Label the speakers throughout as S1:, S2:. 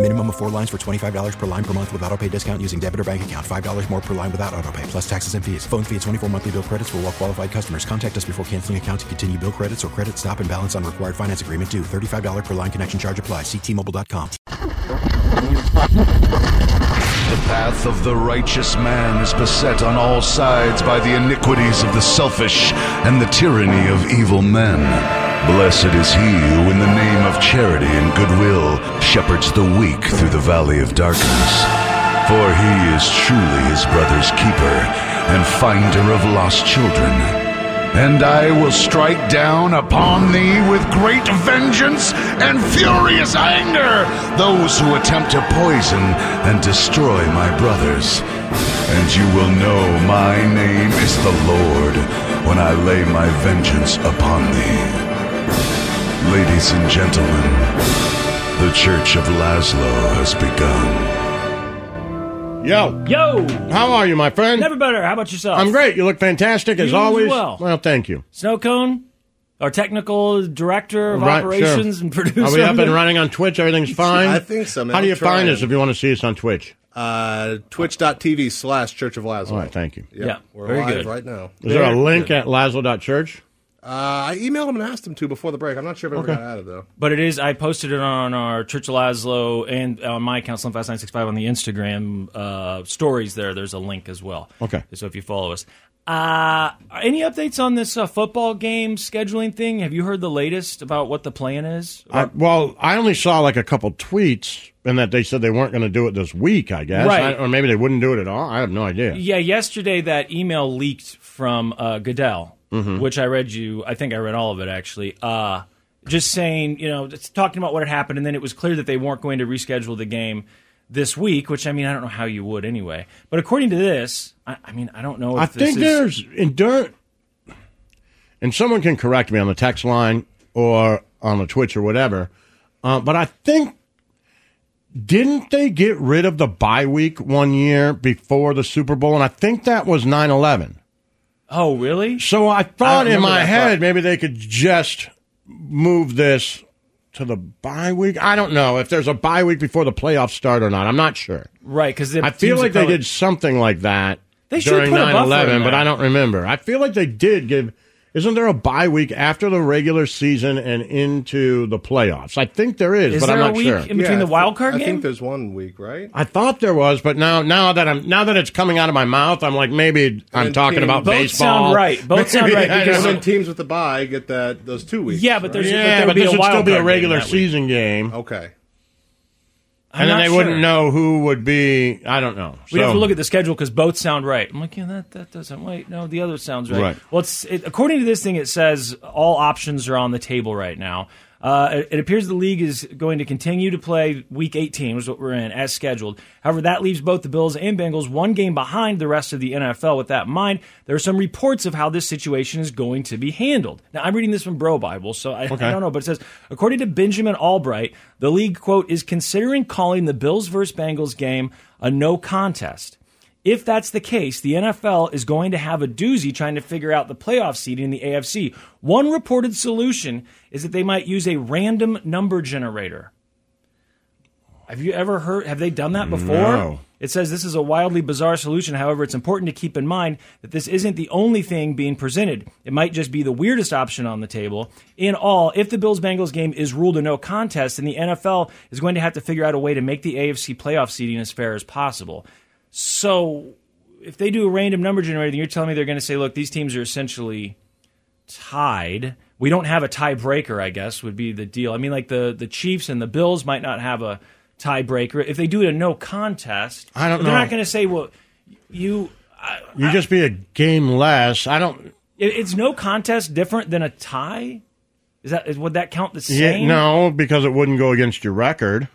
S1: Minimum of four lines for $25 per line per month with auto pay discount using debit or bank account. $5 more per line without auto pay, plus taxes and fees. Phone fee at 24 monthly bill credits for all well qualified customers. Contact us before canceling account to continue bill credits or credit stop and balance on required finance agreement due. $35 per line connection charge apply. Ctmobile.com.
S2: The path of the righteous man is beset on all sides by the iniquities of the selfish and the tyranny of evil men. Blessed is he who, in the name of charity and goodwill, shepherds the weak through the valley of darkness. For he is truly his brother's keeper and finder of lost children. And I will strike down upon thee with great vengeance and furious anger those who attempt to poison and destroy my brothers. And you will know my name is the Lord when I lay my vengeance upon thee. Ladies and gentlemen, the Church of Laszlo has begun.
S3: Yo.
S4: Yo.
S3: How are you, my friend?
S4: Never better. How about yourself?
S3: I'm great. You look fantastic as
S4: You
S3: always.
S4: as well.
S3: well, thank you.
S4: Snow Cone, our technical director of
S3: Right,
S4: operations
S3: sure.
S4: and producer.
S3: Are we up and
S4: of-
S3: running on Twitch? Everything's fine?
S5: I think so, man.
S3: How do
S5: I'm
S3: you find
S5: trying.
S3: us if you want to see us on Twitch?
S5: Uh, Twitch.tv slash Church of Lazarus.
S3: All right, thank you.
S5: Yeah,
S4: Oh, Yeah,
S5: we're
S4: very
S5: live
S4: good.
S5: right now.
S3: Is there a link at Lazlo.church?
S5: Uh, I emailed him and asked him to before the break. I'm not sure if I ever got out of though.
S4: But it is. I posted it on our Church of Laszlo and on my account, Slim Fast Nine Six Five, on the Instagram uh, stories. There, there's a link as well.
S3: Okay.
S4: So if you follow us, uh, any updates on this uh, football game scheduling thing? Have you heard the latest about what the plan is?
S5: Uh,
S3: I, well, I only saw like a couple tweets and that they said they weren't going to do it this week, I guess.
S4: Right.
S3: I- or maybe they wouldn't do it at all. I have no idea.
S4: Yeah, yesterday that email leaked from uh, Goodell,
S3: Mm-hmm.
S4: which I read you. I think I read all of it actually. Uh, just saying, you know, it's talking about what had happened, and then it was clear that they weren't going to reschedule the game this week. Which I mean, I don't know how you would anyway. But according to this, I, I mean, I don't know. If
S3: I
S4: this
S3: think
S4: is,
S3: there's endurance, and someone can correct me on the text line or on the Twitch or whatever. Uh, but I think didn't they get rid of the bye week one year before the Super Bowl, and I think that was 9-11.
S4: Oh, really?
S3: So I thought in
S5: remember
S3: my
S5: that
S3: head
S5: part.
S3: maybe they could just move this to the bye week. I don't know if there's a bye week before the playoffs start or not. I'm not sure.
S4: Right? Because
S3: I feel like they did something like that
S4: They should
S3: during
S4: put a buffer
S3: 9 11,
S4: in
S3: but
S4: there.
S3: I don't remember. I feel like they did give. Isn't there a bye week after the regular season and into the playoffs? I think there is,
S4: Is
S3: but
S4: there
S3: I'm
S4: a
S3: not
S4: week
S3: sure.
S4: in between the wild card
S5: I
S4: game?
S5: think there's one week, right?
S3: I thought there was, but now now that I'm now that it's coming out of my mouth, I'm like maybe I'm
S5: then
S3: talking
S5: teams-
S3: about
S4: Both
S3: baseball.
S4: sound right. Both sound
S3: Maybe,
S4: right,
S3: I
S5: And
S4: because-
S3: don't
S5: then
S3: know.
S5: teams with the bye get that those two weeks.
S4: Yeah, but
S5: right?
S4: there's
S3: yeah,
S4: but
S3: but
S4: there
S3: this
S4: would
S3: should
S4: be a wild
S3: still be a
S4: card game
S3: regular
S4: that week.
S3: season game,
S5: okay.
S4: I'm
S3: and then
S4: not
S3: they wouldn't
S4: sure.
S3: know who would be. I don't know.
S4: We have
S3: So-
S4: to look at the schedule because both sound right. I'm like, yeah, that, that doesn't. Wait, no, the other sounds right.
S3: Right.
S4: Well, it's it, according to this thing, it says all options are on the table right now. Uh, it, it appears the league is going to continue to play Week 18, which is what we're in, as scheduled. However, that leaves both the Bills and Bengals one game behind the rest of the NFL. With that in mind, there are some reports of how this situation is going to be handled. Now, I'm reading this from Bro Bible, so I, I don't know, but it says according to Benjamin Albright, the league quote is considering calling the Bills versus Bengals game a no contest. If that's the case, the NFL is going to have a doozy trying to figure out the playoff seeding in the AFC. One reported solution is that they might use a random number generator. Have you ever heard? Have they done that before?
S3: No.
S4: It says this is a wildly bizarre solution. However, it's important to keep in mind that this isn't the only thing being presented. It might just be the weirdest option on the table. In all, if the Bills Bengals game is ruled a no contest, then the NFL is going to have to figure out a way to make the AFC playoff seeding as fair as possible. So, if they do a random number generator, then you're telling me they're going to say, look, these teams are essentially tied, we don't have a tiebreaker. I guess would be the deal. I mean, like the the Chiefs and the Bills might not have a tiebreaker if they do it a no contest.
S3: I don't
S4: They're
S3: know.
S4: not going to say, well, you. I,
S3: You just be a game less. I don't.
S4: it- it's no contest different than a tie. Is that is, would that count the same?
S3: Yeah, no, because it wouldn't go against your record.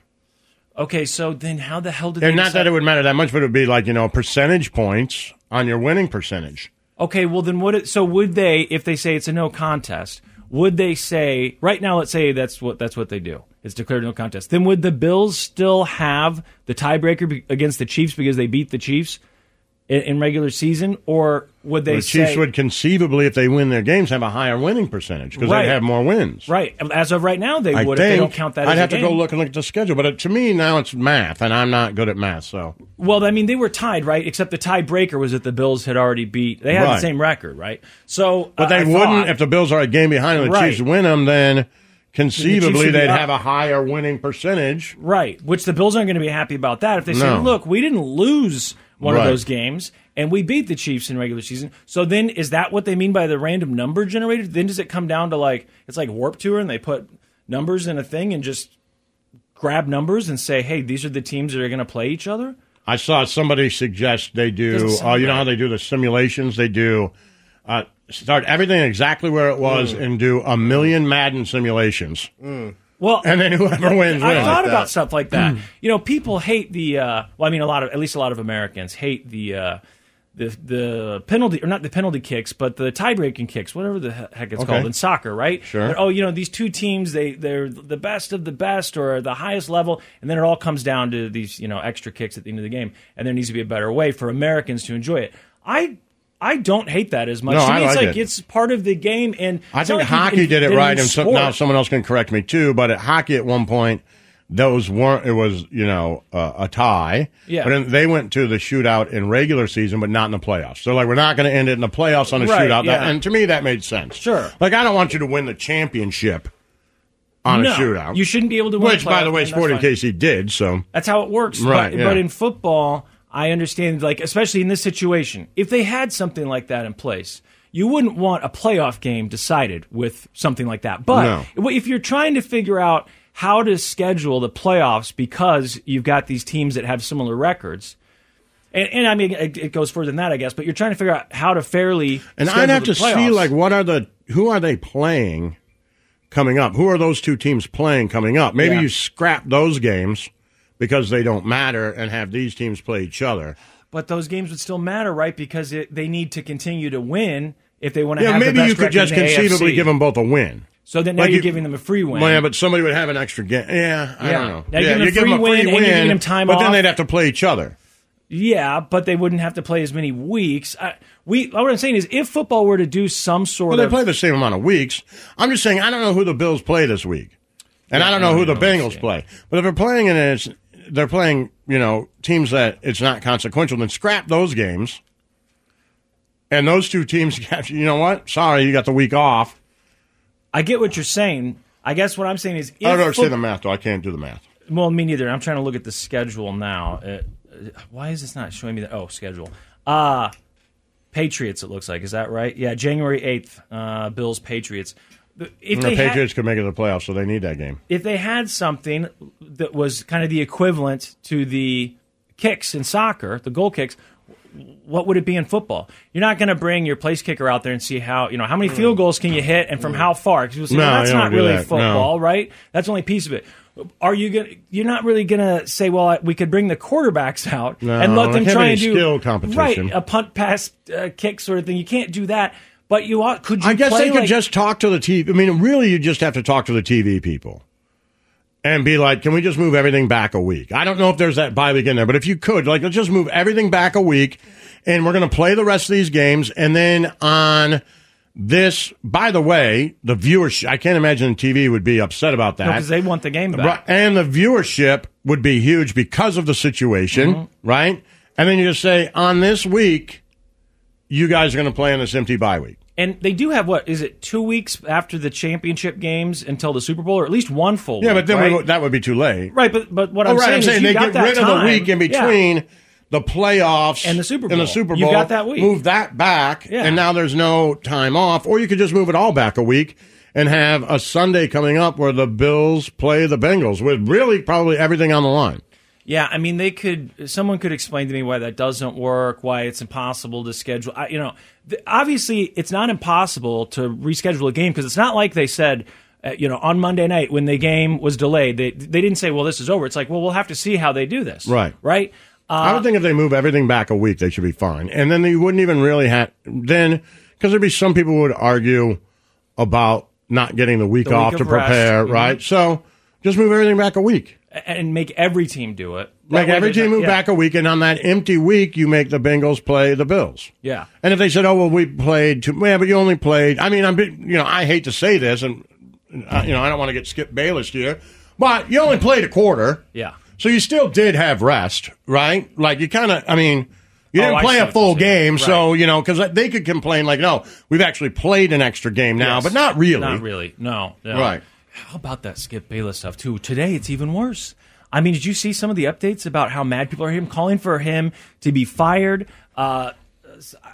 S4: Okay, so then how the hell did they
S3: And not
S4: decide-
S3: that it would matter that much, but it would be like you know percentage points on your winning percentage.
S4: Okay, well then would it so would they if they say it's a no contest, would they say right now let's say that's what that's what they do. It's declared no contest. Then would the Bills still have the tiebreaker be- against the Chiefs because they beat the Chiefs in, in regular season or would they
S3: the Chiefs
S4: say
S3: would conceivably, if they win their games, have a higher winning percentage because
S4: Right.
S3: they'd have more wins.
S4: Right, as of right now they
S3: I
S4: would
S3: think
S4: if they don't count that
S3: I'd
S4: as a
S3: have to go
S4: game.
S3: look and look at the schedule, but it, to me now it's math, and I'm not good at math. So
S4: Well, I mean, they were tied, right? Except the tiebreaker was that the Bills had already beat. They had the
S3: Right.
S4: same record, right? So,
S3: But they wouldn't if the Bills are a game behind and the
S4: Right.
S3: Chiefs win them. Then conceivably
S4: would be
S3: they'd
S4: up.
S3: have a higher winning percentage.
S4: right, which the Bills aren't going to be happy about that. If they say,
S3: No.
S4: "Look, we didn't lose one
S3: Right.
S4: of those games, and we beat the Chiefs in regular season," so then is that what they mean by the random number generator? Then does it come down to like it's like warp tour, and they put numbers in a thing and just grab numbers and say, "Hey, these are the teams that are going to play each other."
S3: I saw somebody suggest they do.
S4: Doesn't
S3: Uh,
S4: sound
S3: you know how
S4: right.
S3: they do the simulations? They do uh, start everything exactly where it was
S4: Mm.
S3: and do a million Madden simulations,
S4: Well,
S3: and then whoever wins
S4: I
S3: wins.
S4: thought about stuff like that. you know, people hate the. Uh, well, I mean, a lot of at least a lot of Americans hate the. Uh, the, the penalty or not the penalty kicks but the tie breaking kicks whatever the he- heck it's
S3: Okay.
S4: called in soccer right
S3: Sure.
S4: But, oh you know these two teams they they're the best of the best or the highest level and then it all comes down to these you know extra kicks at the end of the game and there needs to be a better way for Americans to enjoy it I I don't hate that as much
S3: No,
S4: to me
S3: I
S4: it's
S3: like
S4: like
S3: it.
S4: it's part of the game and
S3: I
S4: it's not
S3: think
S4: like you
S3: hockey did it
S4: invented
S3: right, and some, now
S4: sport.
S3: someone else can correct me too. But at hockey, at one point, those weren't. It was you know uh, a tie.
S4: Yeah.
S3: But then they went to the shootout in regular season, but not in the playoffs. They're like, we're not going to end it in the playoffs on a
S4: Right,
S3: shootout. That-
S4: yeah.
S3: and to me, that made sense.
S4: Sure.
S3: Like I don't want you to win the championship on
S4: No,
S3: a shootout.
S4: you shouldn't be able to win
S3: Which,
S4: a
S3: by the way,
S4: playoff game, that's
S3: Sporting
S4: fine.
S3: KC did. So
S4: That's how it works.
S3: Right,
S4: But,
S3: yeah.
S4: but in football, I understand, like, especially in this situation, if they had something like that in place, you wouldn't want a playoff game decided with something like that. But if you're trying to figure out how to schedule the playoffs because you've got these teams that have similar records, and, and I mean, it, it goes further than that, I guess, but you're trying to figure out how to fairly.
S3: And
S4: schedule
S3: I'd have
S4: the
S3: to see
S4: playoffs.
S3: like what are the who are they playing coming up? Who are those two teams playing coming up? Maybe
S4: Yeah.
S3: you scrap those games because they don't matter and have these teams play each other.
S4: But those games would still matter, right? Because it, they need to continue to win if they want to
S3: Yeah,
S4: have the
S3: maybe
S4: best
S3: you could
S4: record
S3: just
S4: in the
S3: conceivably
S4: AFC.
S3: give them both a win.
S4: So then now
S3: Like
S4: you're
S3: you-
S4: giving them a free win.
S3: Well, yeah, but somebody would have an extra game. Yeah, I
S4: Yeah.
S3: don't know.
S4: Now
S3: yeah,
S4: you're giving them
S3: you give
S4: free
S3: them a free
S4: win and you're giving them time
S3: but
S4: off.
S3: then they'd have to play each other.
S4: Yeah, but they wouldn't have to play as many weeks. I, we what I'm saying is, if football were to do some sort
S3: Well, they
S4: of
S3: play the same amount of weeks. I'm just saying I don't know who the Bills play this week, and I don't know who the Bengals play. But if they're playing and it's they're playing, you know, teams that it's not consequential, then scrap those games. And those two teams, you know what? Sorry, you got the week off.
S4: I get what you're saying. I guess what I'm saying is, if
S3: I don't understand the
S4: foot-
S3: math, though. I can't do the math.
S4: well, me neither. I'm trying to look at the schedule now. Uh, uh, why is this not showing me the oh schedule? Uh Patriots. It looks like is that right? Yeah, January eighth. Uh, Bills Patriots. The- If
S3: The
S4: they had-
S3: Patriots could make it to the playoffs, so they need that game.
S4: if they had something that was kind of the equivalent to the kicks in soccer, the goal kicks, what would it be in football? You're not going to bring your place kicker out there and see how you know how many field goals can you hit and from how far. 'Cause you'll say,
S3: No,
S4: well, that's
S3: you don't
S4: not
S3: do
S4: really
S3: that. No.
S4: football, right? That's only a piece of it. Are you going? You're not really going to say, well, I, we could bring the quarterbacks out
S3: No,
S4: and let
S3: there
S4: them
S3: can't
S4: try
S3: be
S4: and do
S3: skill competition.
S4: right a punt, pass, uh, kick sort of thing. You can't do that. But you ought, could you?
S3: I guess
S4: play
S3: they could
S4: like-
S3: just talk to the TV. I mean, really, you just have to talk to the TV people and be like, "Can we just move everything back a week?" I don't know if there's that bye week in there, but if you could, like, let's just move everything back a week, and we're going to play the rest of these games, and then on this. By the way, the viewership. I can't imagine TV would be upset about that.
S4: because they want the game back.
S3: Right. And the viewership would be huge because of the situation,
S4: Mm-hmm.
S3: right? And then you just say, on this week, you guys are going to play in this empty bye week.
S4: And they do have what is it two weeks after the championship games until the Super Bowl, or at least one full.
S3: Yeah,
S4: week,
S3: but then
S4: right?
S3: we, that would be too late.
S4: right. But but what
S3: Oh,
S4: I'm
S3: right,
S4: saying
S3: I'm
S4: is
S3: saying
S4: you
S3: they
S4: got
S3: get
S4: that
S3: rid of
S4: time.
S3: the week in
S4: Yeah.
S3: between the playoffs
S4: And the Super
S3: And the
S4: Bowl.
S3: Super
S4: You
S3: Bowl.
S4: got that week.
S3: Move that back,
S4: Yeah.
S3: and now there's no time off. Or you could just move it all back a week, and have a Sunday coming up where the Bills play the Bengals with really probably everything on the line.
S4: Yeah, I mean, they could. Someone could explain to me why that doesn't work, why it's impossible to schedule. I, you know, th- obviously, it's not impossible to reschedule a game because it's not like they said, uh, you know, on Monday night when the game was delayed, they they didn't say, well, this is over. It's like, well, we'll have to see how they do this.
S3: Right.
S4: Right. Uh,
S3: I would think if they move everything back a week, they should be fine. And then they wouldn't even really have then because there'd be some people who would argue about not getting the week
S4: The week
S3: off
S4: of
S3: to
S4: rest.
S3: prepare,
S4: Mhm.
S3: right? So just move everything back a week.
S4: A- And make every team do it. That
S3: Like
S4: way
S3: every
S4: there's
S3: team
S4: not-
S3: move
S4: yeah.
S3: back a week, and on that empty week, you make the Bengals play the Bills.
S4: Yeah.
S3: And if they said, "Oh well, we played two, yeah, but you only played," I mean, I'm, be- you know, I hate to say this, and uh, you know, I don't want to get Skip Bayless here, but you only played a quarter.
S4: Yeah.
S3: So you still did have rest, right? Like you kind of, I mean, you
S4: Oh,
S3: didn't
S4: I
S3: play
S4: see
S3: a
S4: what
S3: full
S4: you're saying.
S3: game, so
S4: Right.
S3: you know, because they could complain like, no, we've actually played an extra game now,
S4: Yes.
S3: but not really.
S4: Not really. No, no.
S3: Right.
S4: How about that Skip Bayless stuff too? Today it's even worse. I mean, did you see some of the updates about how mad people are him calling for him to be fired? Uh,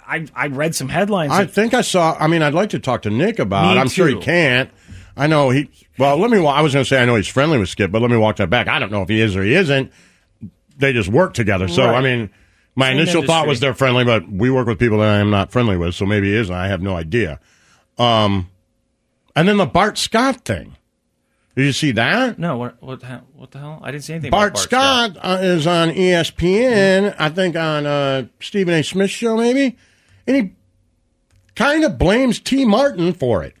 S4: I I read some headlines.
S3: I
S4: that-
S3: think I saw. I mean, I'd like to talk to Nick about.
S4: Me
S3: it. I'm sure he
S4: too.
S3: can't. I know he. Well, let me. wa- I was going to say I know he's friendly with Skip, but let me walk that back. I don't know if he is or he isn't. They just work together. So
S4: Right.
S3: I mean, my
S4: Same
S3: initial thought
S4: industry.
S3: was they're friendly, but we work with people that I am not friendly with, so maybe he is. and I have no idea. Um, and then the Bart Scott thing. Did you see that?
S4: no, what what ha- what the hell? I didn't see anything.
S3: Bart,
S4: about Bart
S3: Scott, Uh, is on ESPN, I think on uh, Stephen A. Smith's show, maybe, and he kind of blames T. Martin for it,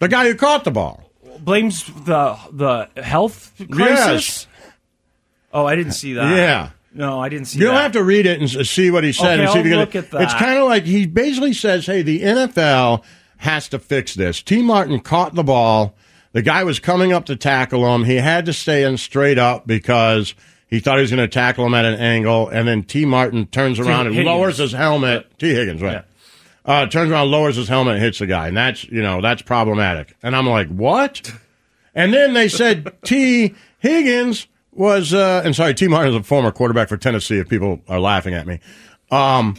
S3: the guy who caught the ball.
S4: blames the the health crisis. Oh, I didn't see that.
S3: Yeah.
S4: No, I didn't see.
S3: You'll
S4: that.
S3: have to read it and s- see what he said.
S4: Okay,
S3: and see if
S4: I'll
S3: you can-
S4: look at that.
S3: It's kind of like he basically says, "Hey, the NFL has to fix this." T. Martin caught the ball. The guy was coming up to tackle him. He had to stay in straight up because he thought he was going to tackle him at an angle, and then T. Martin turns around and
S4: Higgins.
S3: lowers his helmet. T. Higgins, right? Uh, turns around, lowers his helmet, and hits the guy, and that's you know that's problematic. And I'm like, what? And then they said T. Higgins was, uh, and sorry, T. Martin is a former quarterback for Tennessee. If people are laughing at me, um,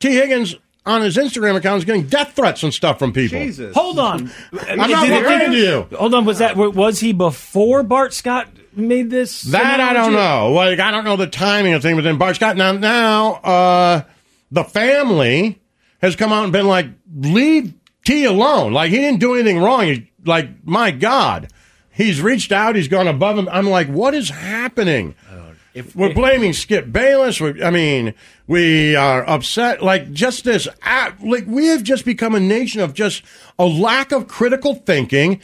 S3: T. Higgins on his Instagram account is getting death threats and stuff from people.
S5: Jesus.
S4: Hold on.
S3: I'm not referring to you.
S4: Hold on. Was that was he before Bart Scott made this?
S3: That I don't
S4: analogy?
S3: know. Like I don't know the timing of things, but then Bart Scott now now uh, the family has come out and been like, leave T alone. Like he didn't do anything wrong. He, like my God, he's reached out. He's gone above him. I'm like, what is happening? we're blaming Skip Bayless. We, I mean, we are upset. Like just this, app- like we have just become a nation of just a lack of critical thinking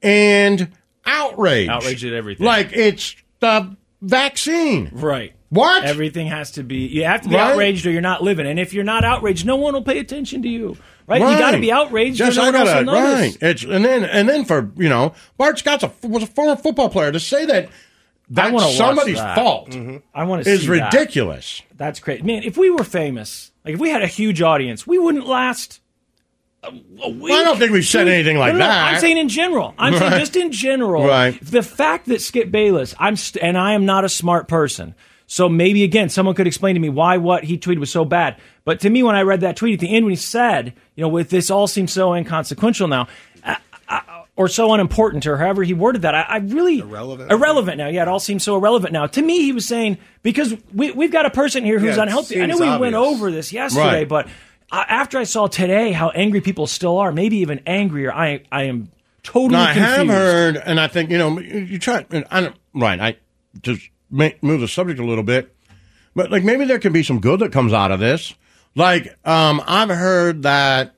S3: and outrage.
S4: Outrage at everything.
S3: Like it's the vaccine.
S4: Right.
S3: What?
S4: Everything has to be. You have to be
S3: Right?
S4: outraged, or you're not living. And if you're not outraged, no one will pay attention to you. Right. You got to be outraged,
S3: Yes,
S4: or no
S3: I
S4: one else
S3: gotta-
S4: will notice.
S3: Right. It's and then and then for you know, Bart Scott's a, was a former football player to say that
S4: wanna watch
S3: that's somebody's
S4: that.
S3: fault
S4: I want to
S3: is
S4: see that.
S3: ridiculous.
S4: That's crazy, man. If we were famous, like if we had a huge audience, we wouldn't last. A, a week.
S3: I don't think we've said
S4: two-
S3: anything
S4: No,
S3: like
S4: no, no,
S3: that.
S4: I'm saying in general. I'm saying
S3: Right.
S4: just in general.
S3: Right.
S4: The fact that Skip Bayless, I'm st- and I am not a smart person, so maybe again someone could explain to me why what he tweeted was so bad. But to me, when I read that tweet at the end, when he said, you know, with this all seems so inconsequential now. uh, I- I- Or so unimportant, or however he worded that. I, I really
S5: Irrelevant.
S4: Irrelevant now. Yeah, it all seems so irrelevant now. To me, he was saying because we, we've got a person here who's
S5: Yeah, it
S4: unhealthy. I know
S5: seems
S4: we went
S5: obvious.
S4: over this yesterday,
S3: Right.
S4: but I, after I saw today how angry people still are, maybe even angrier, I I am totally
S3: Now, I
S4: confused.
S3: have heard, and I think you know, you you try. and I don't, right, I just ma move the subject a little bit, but like maybe there can be some good that comes out of this. Like, um, I've heard that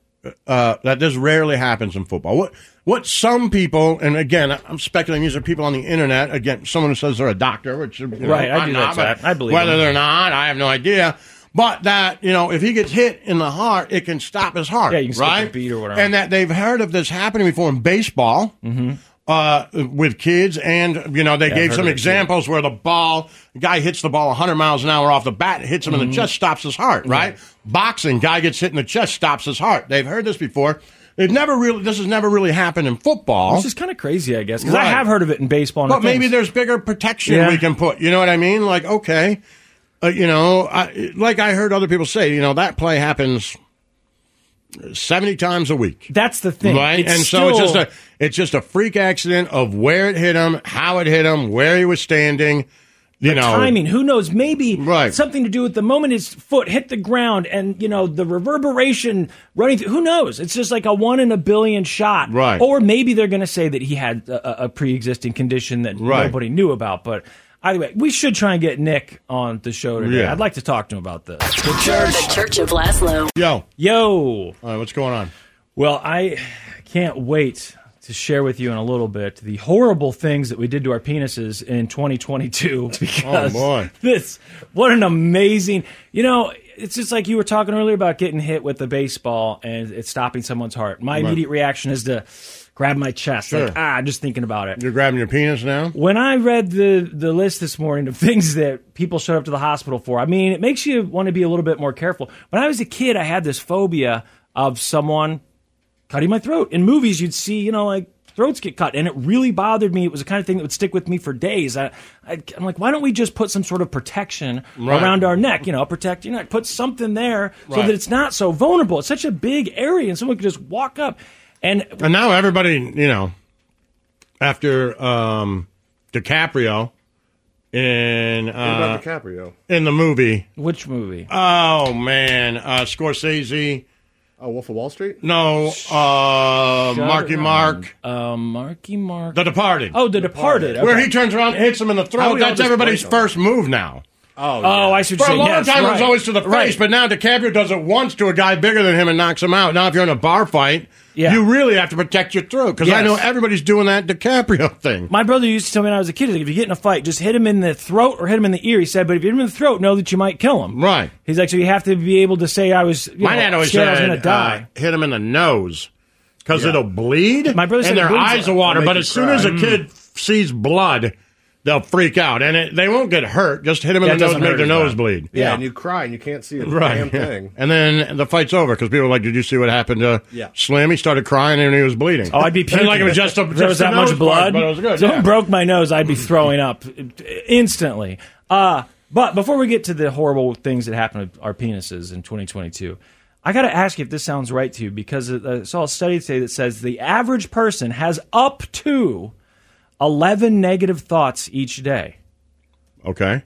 S3: uh, that this rarely happens in football. What what some people, and again, I'm speculating these are people on the internet. Again, someone who says they're a doctor, which you know,
S4: Right, I
S3: I'm
S4: do
S3: not,
S4: that,
S3: but
S4: I believe
S3: whether
S4: them.
S3: they're not, I have no idea. But that you know, if he gets hit in the heart, it can stop his heart.
S4: Yeah, you can skip the
S3: right?
S4: beat or whatever.
S3: And that they've heard of this happening before in baseball uh, with kids, and you know they gave
S4: heard
S3: some
S4: of it,
S3: examples where the ball the guy hits the ball 100 miles an hour off the bat, it hits him
S4: Mm-hmm.
S3: in the chest, stops his heart. Right? Boxing, guy gets hit in the chest, stops his heart. They've heard this before. They've never really. This has never really happened in football.
S4: Which is kind of crazy, I guess, because I
S3: Right.
S4: have heard of it in baseball. And
S3: But
S4: other things.
S3: maybe there's bigger protection
S4: Yeah.
S3: we can put. You know what I mean? Like, okay, uh, you know, I, like I heard other people say, you know, that play happens seventy times a week.
S4: That's the thing.
S3: Right,
S4: It's
S3: and so it's
S4: still-
S3: just a it's just a freak accident of where it hit him, how it hit him, where he was standing. You know,
S4: timing. Who knows? Maybe
S3: Right.
S4: something to do with the moment his foot hit the ground and, you know, the reverberation running through. Who knows? It's just like a one in a billion shot.
S3: Right.
S4: Or maybe they're going to say that he had a, a- a pre existing condition that
S3: Right.
S4: nobody knew about. But either way, we should try and get Nick on the show today.
S3: Yeah.
S4: I'd like to talk to him about this.
S6: The Church of Laszlo.
S3: Yo, all
S4: Yo.
S3: right, what's going on?
S4: Well, I can't wait to share with you in a little bit the horrible things that we did to our penises in 2022 because
S3: Oh, boy.
S4: this what an amazing you know it's just like you were talking earlier about getting hit with a baseball and it's stopping someone's heart my immediate reaction is to grab my chest
S3: Sure.
S4: like ah just thinking about it
S3: You're grabbing your penis now.
S4: when I read the the list this morning of things that people showed up to the hospital for, I mean, it makes you want to be a little bit more careful. When I was a kid, I had this phobia of someone cutting my throat. In movies, you'd see, you know, like throats get cut, and it really bothered me. It was the kind of thing that would stick with me for days. I, I, I'm like, why don't we just put some sort of protection
S3: Right.
S4: around our neck? You know, protect your neck, put something there so
S3: Right.
S4: that it's not so vulnerable. It's such a big area, and someone could just walk up. And
S3: And now everybody, you know, after um, DiCaprio in uh,
S5: about DiCaprio?
S3: in the movie,
S4: which movie?
S3: oh man, uh, Scorsese,
S5: Oh, Wolf of Wall Street?
S3: no, uh, Marky Mark,
S4: Uh, Marky Mark.
S3: The Departed,
S4: Oh, The Departed. okay.
S3: where he turns around, hits him in the
S5: How we
S3: throat.
S5: all
S3: That's
S5: just
S3: everybody's
S5: blame him.
S3: first move now.
S4: Oh, I should
S3: For
S4: say
S3: a long
S4: yes,
S3: time, it was
S4: right.
S3: always to the face,
S4: Right.
S3: but now DiCaprio does it once to a guy bigger than him and knocks him out. Now, if you're in a bar fight,
S4: Yeah.
S3: you really have to protect your throat because I
S4: Yes.
S3: know everybody's doing that DiCaprio thing.
S4: My brother used to tell me when I was a kid, like, if you get in a fight, just hit him in the throat or hit him in the ear. He said, but if you hit him in the throat, know that you might kill him.
S3: Right.
S4: He's like, so you have to be able to say I was. You
S3: My
S4: know,
S3: dad always
S4: scared
S3: said,
S4: I was going to die.
S3: uh, hit him in the nose because it'll bleed.
S4: My
S3: and
S4: brother said it
S3: their
S4: bleeds
S3: eyes
S4: a
S3: are
S4: lot.
S3: water.
S5: It'll
S3: But
S5: make
S3: as
S5: you
S3: soon
S5: cry.
S3: as a kid sees blood, they'll freak out, and it, they won't get hurt. Just hit him in
S4: Yeah, it
S3: the nose,
S4: doesn't
S3: and make
S4: hurt
S3: their
S4: as bad.
S3: nose bleed.
S5: Yeah, and you cry and you can't see a
S3: Right,
S5: damn
S3: yeah.
S5: thing.
S3: and then the fight's over because people are like, "Did you see what happened to
S5: Yeah.
S3: Slim? He started crying and he was bleeding."
S4: Oh, I'd be
S3: And,
S4: puking.
S3: like it was just a,
S4: If
S3: just
S4: there was
S3: the
S4: that much
S3: nose
S4: blood.
S3: part, but it was good.
S4: Someone
S3: yeah. Mm.
S4: broke my nose, I'd be throwing up instantly. Uh, but before we get to the horrible things that happened with our penises in 2022, I got to ask you if this sounds right to you because uh, I saw a study today that says the average person has up to 11 negative thoughts each day.
S3: Okay,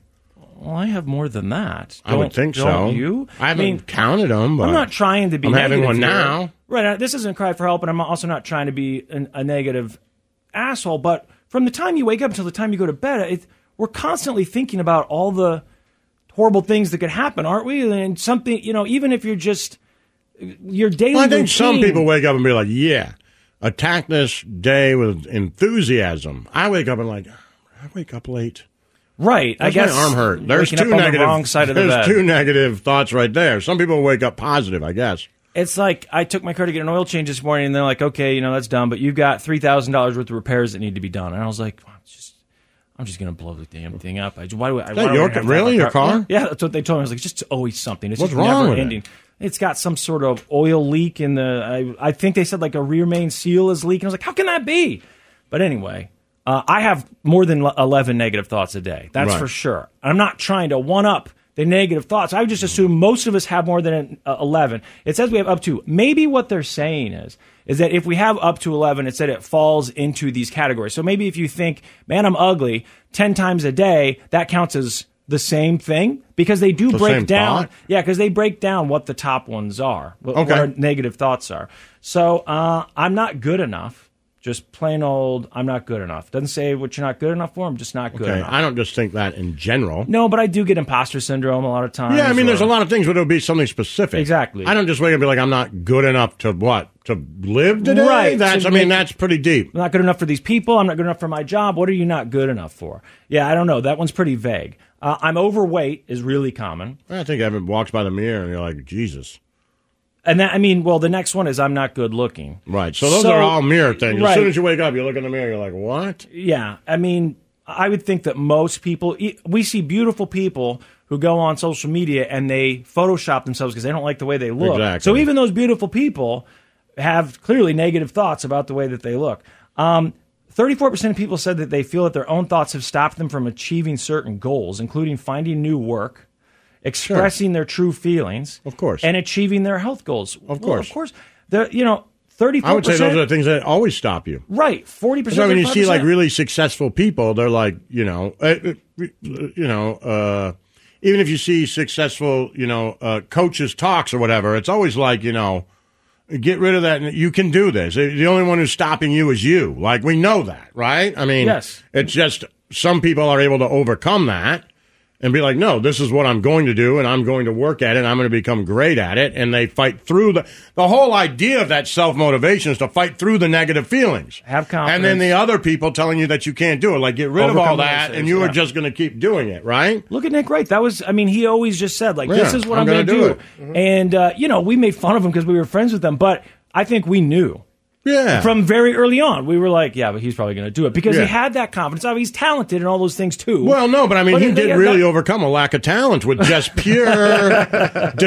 S4: Well, I have more than that.
S3: I would
S4: Don't-
S3: think so.
S4: don't You?
S3: I haven't
S4: mean,
S3: counted them, but
S4: I'm not trying to be.
S3: I'm having one
S4: negative here.
S3: now.
S4: Right. uh, This isn't a cry for help, and I'm also not trying to be an, a negative asshole. But from the time you wake up until the time you go to bed, it, we're constantly thinking about all the horrible things that could happen, aren't we? And something, you know, even if you're just your daily.
S3: Well, I think
S4: routine-
S3: some people wake up and be like, "Yeah, attack this day with enthusiasm." I wake up and like, I wake up late.
S4: Right. I
S3: That's
S4: guess
S3: my arm hurt. There's
S4: waking
S3: two
S4: up on
S3: negative.
S4: the wrong side of the
S3: there's
S4: bed.
S3: two negative thoughts right there. Some people wake up positive, I guess.
S4: It's like I took my car to get an oil change this morning, and they're like, "Okay, you know that's done, but you've got three thousand dollars worth of repairs that need to be done." And I was like, "I'm just, I'm just gonna blow the damn thing up." I, why do I? why do I
S3: your-
S4: have to have
S3: really?
S4: a
S3: Your car?
S4: Yeah, that's what they told me. I was like, "Just always something. It's
S3: What's
S4: just
S3: wrong
S4: never
S3: with it?
S4: ending." It's got some sort of oil leak in the. I, I think they said like a rear main seal is leaking. I was like, "How can that be?" But anyway, uh, I have more than le- eleven negative thoughts a day. That's
S3: Right.
S4: for sure. I'm not trying to one up the negative thoughts. I would just assume most of us have more than uh, eleven. It says we have up to. Maybe what they're saying is is that if we have up to eleven, it said it falls into these categories. So maybe if you think, "Man, I'm ugly," ten times a day, that counts as the same thing because they do
S3: The same
S4: break down.
S3: thought?
S4: Yeah, because they break down what the top ones are, what, what
S3: Okay.
S4: our negative thoughts are. So uh, I'm not good enough. Just plain old, I'm not good enough. Doesn't say what you're not good enough for. I'm just not good
S3: Okay,
S4: enough.
S3: I don't just think that in general.
S4: no, but I do get imposter syndrome a lot of times.
S3: Yeah, I mean, there's
S4: or-
S3: a lot of things, but it'll be something specific.
S4: Exactly.
S3: I don't just wake up and be like, I'm not good enough to what to live today.
S4: Right,
S3: That's.
S4: to
S3: I mean,
S4: make-
S3: that's pretty deep.
S4: I'm not good enough for these people. I'm not good enough for my job. What are you not good enough for? Yeah, I don't know. That one's pretty vague. Uh, I'm overweight is really common.
S3: I think Evan walks by the mirror and you're like, Jesus.
S4: And that, I mean, well, the next one is I'm not good looking.
S3: Right. So those
S4: So-
S3: are all mirror things. As
S4: right.
S3: soon as you wake up, you look in the mirror, you're like, what?
S4: Yeah, I mean, I would think that most people e- we see beautiful people who go on social media and they Photoshop themselves because they don't like the way they look.
S3: Exactly.
S4: So even those beautiful people have clearly negative thoughts about the way that they look. Um, 34% of people said that they feel that their own thoughts have stopped them from achieving certain goals, including finding new work, expressing their true feelings, of course, and achieving their health goals. Of
S3: course.
S4: of course. The you know thirty.
S3: I would say those are the things that always stop you.
S4: Right, forty
S3: So
S4: percent.
S3: when you see like really successful people, they're like, you know, uh, uh, you know, uh, even if you see successful, you know, uh, coaches talks or whatever, it's always like, you know, get rid of that. You can do this. Uh, The only one who's stopping you is you. Like we know that, right? I mean,
S4: Yes.
S3: It's just some people are able to overcome that and be like, no, this is what I'm going to do, and I'm going to work at it, and I'm going to become great at it. And they fight through the the whole idea of that self motivation is to fight through the negative feelings. Have confidence. And then the other people telling you that you can't do it, like get rid of all
S4: Overcome those
S3: that, and
S4: things,
S3: you are
S4: yeah.
S3: just going to keep doing it, right?
S4: Look at Nick Wright. That was, I mean, he always just said, like, this
S3: Yeah,
S4: is what
S3: I'm
S4: I'm,
S3: gonna
S4: going to
S3: do
S4: do.
S3: it.
S4: And, uh, you know, we made fun of him because we were friends with him, but I think we knew.
S3: Yeah.
S4: From very early on, we were like, yeah, but he's probably going to do it because
S3: Yeah.
S4: he had that confidence. I mean, he's talented and all those things, too.
S3: Well, no, but I mean, he
S4: they-
S3: did
S4: that-
S3: really overcome a lack of talent with just pure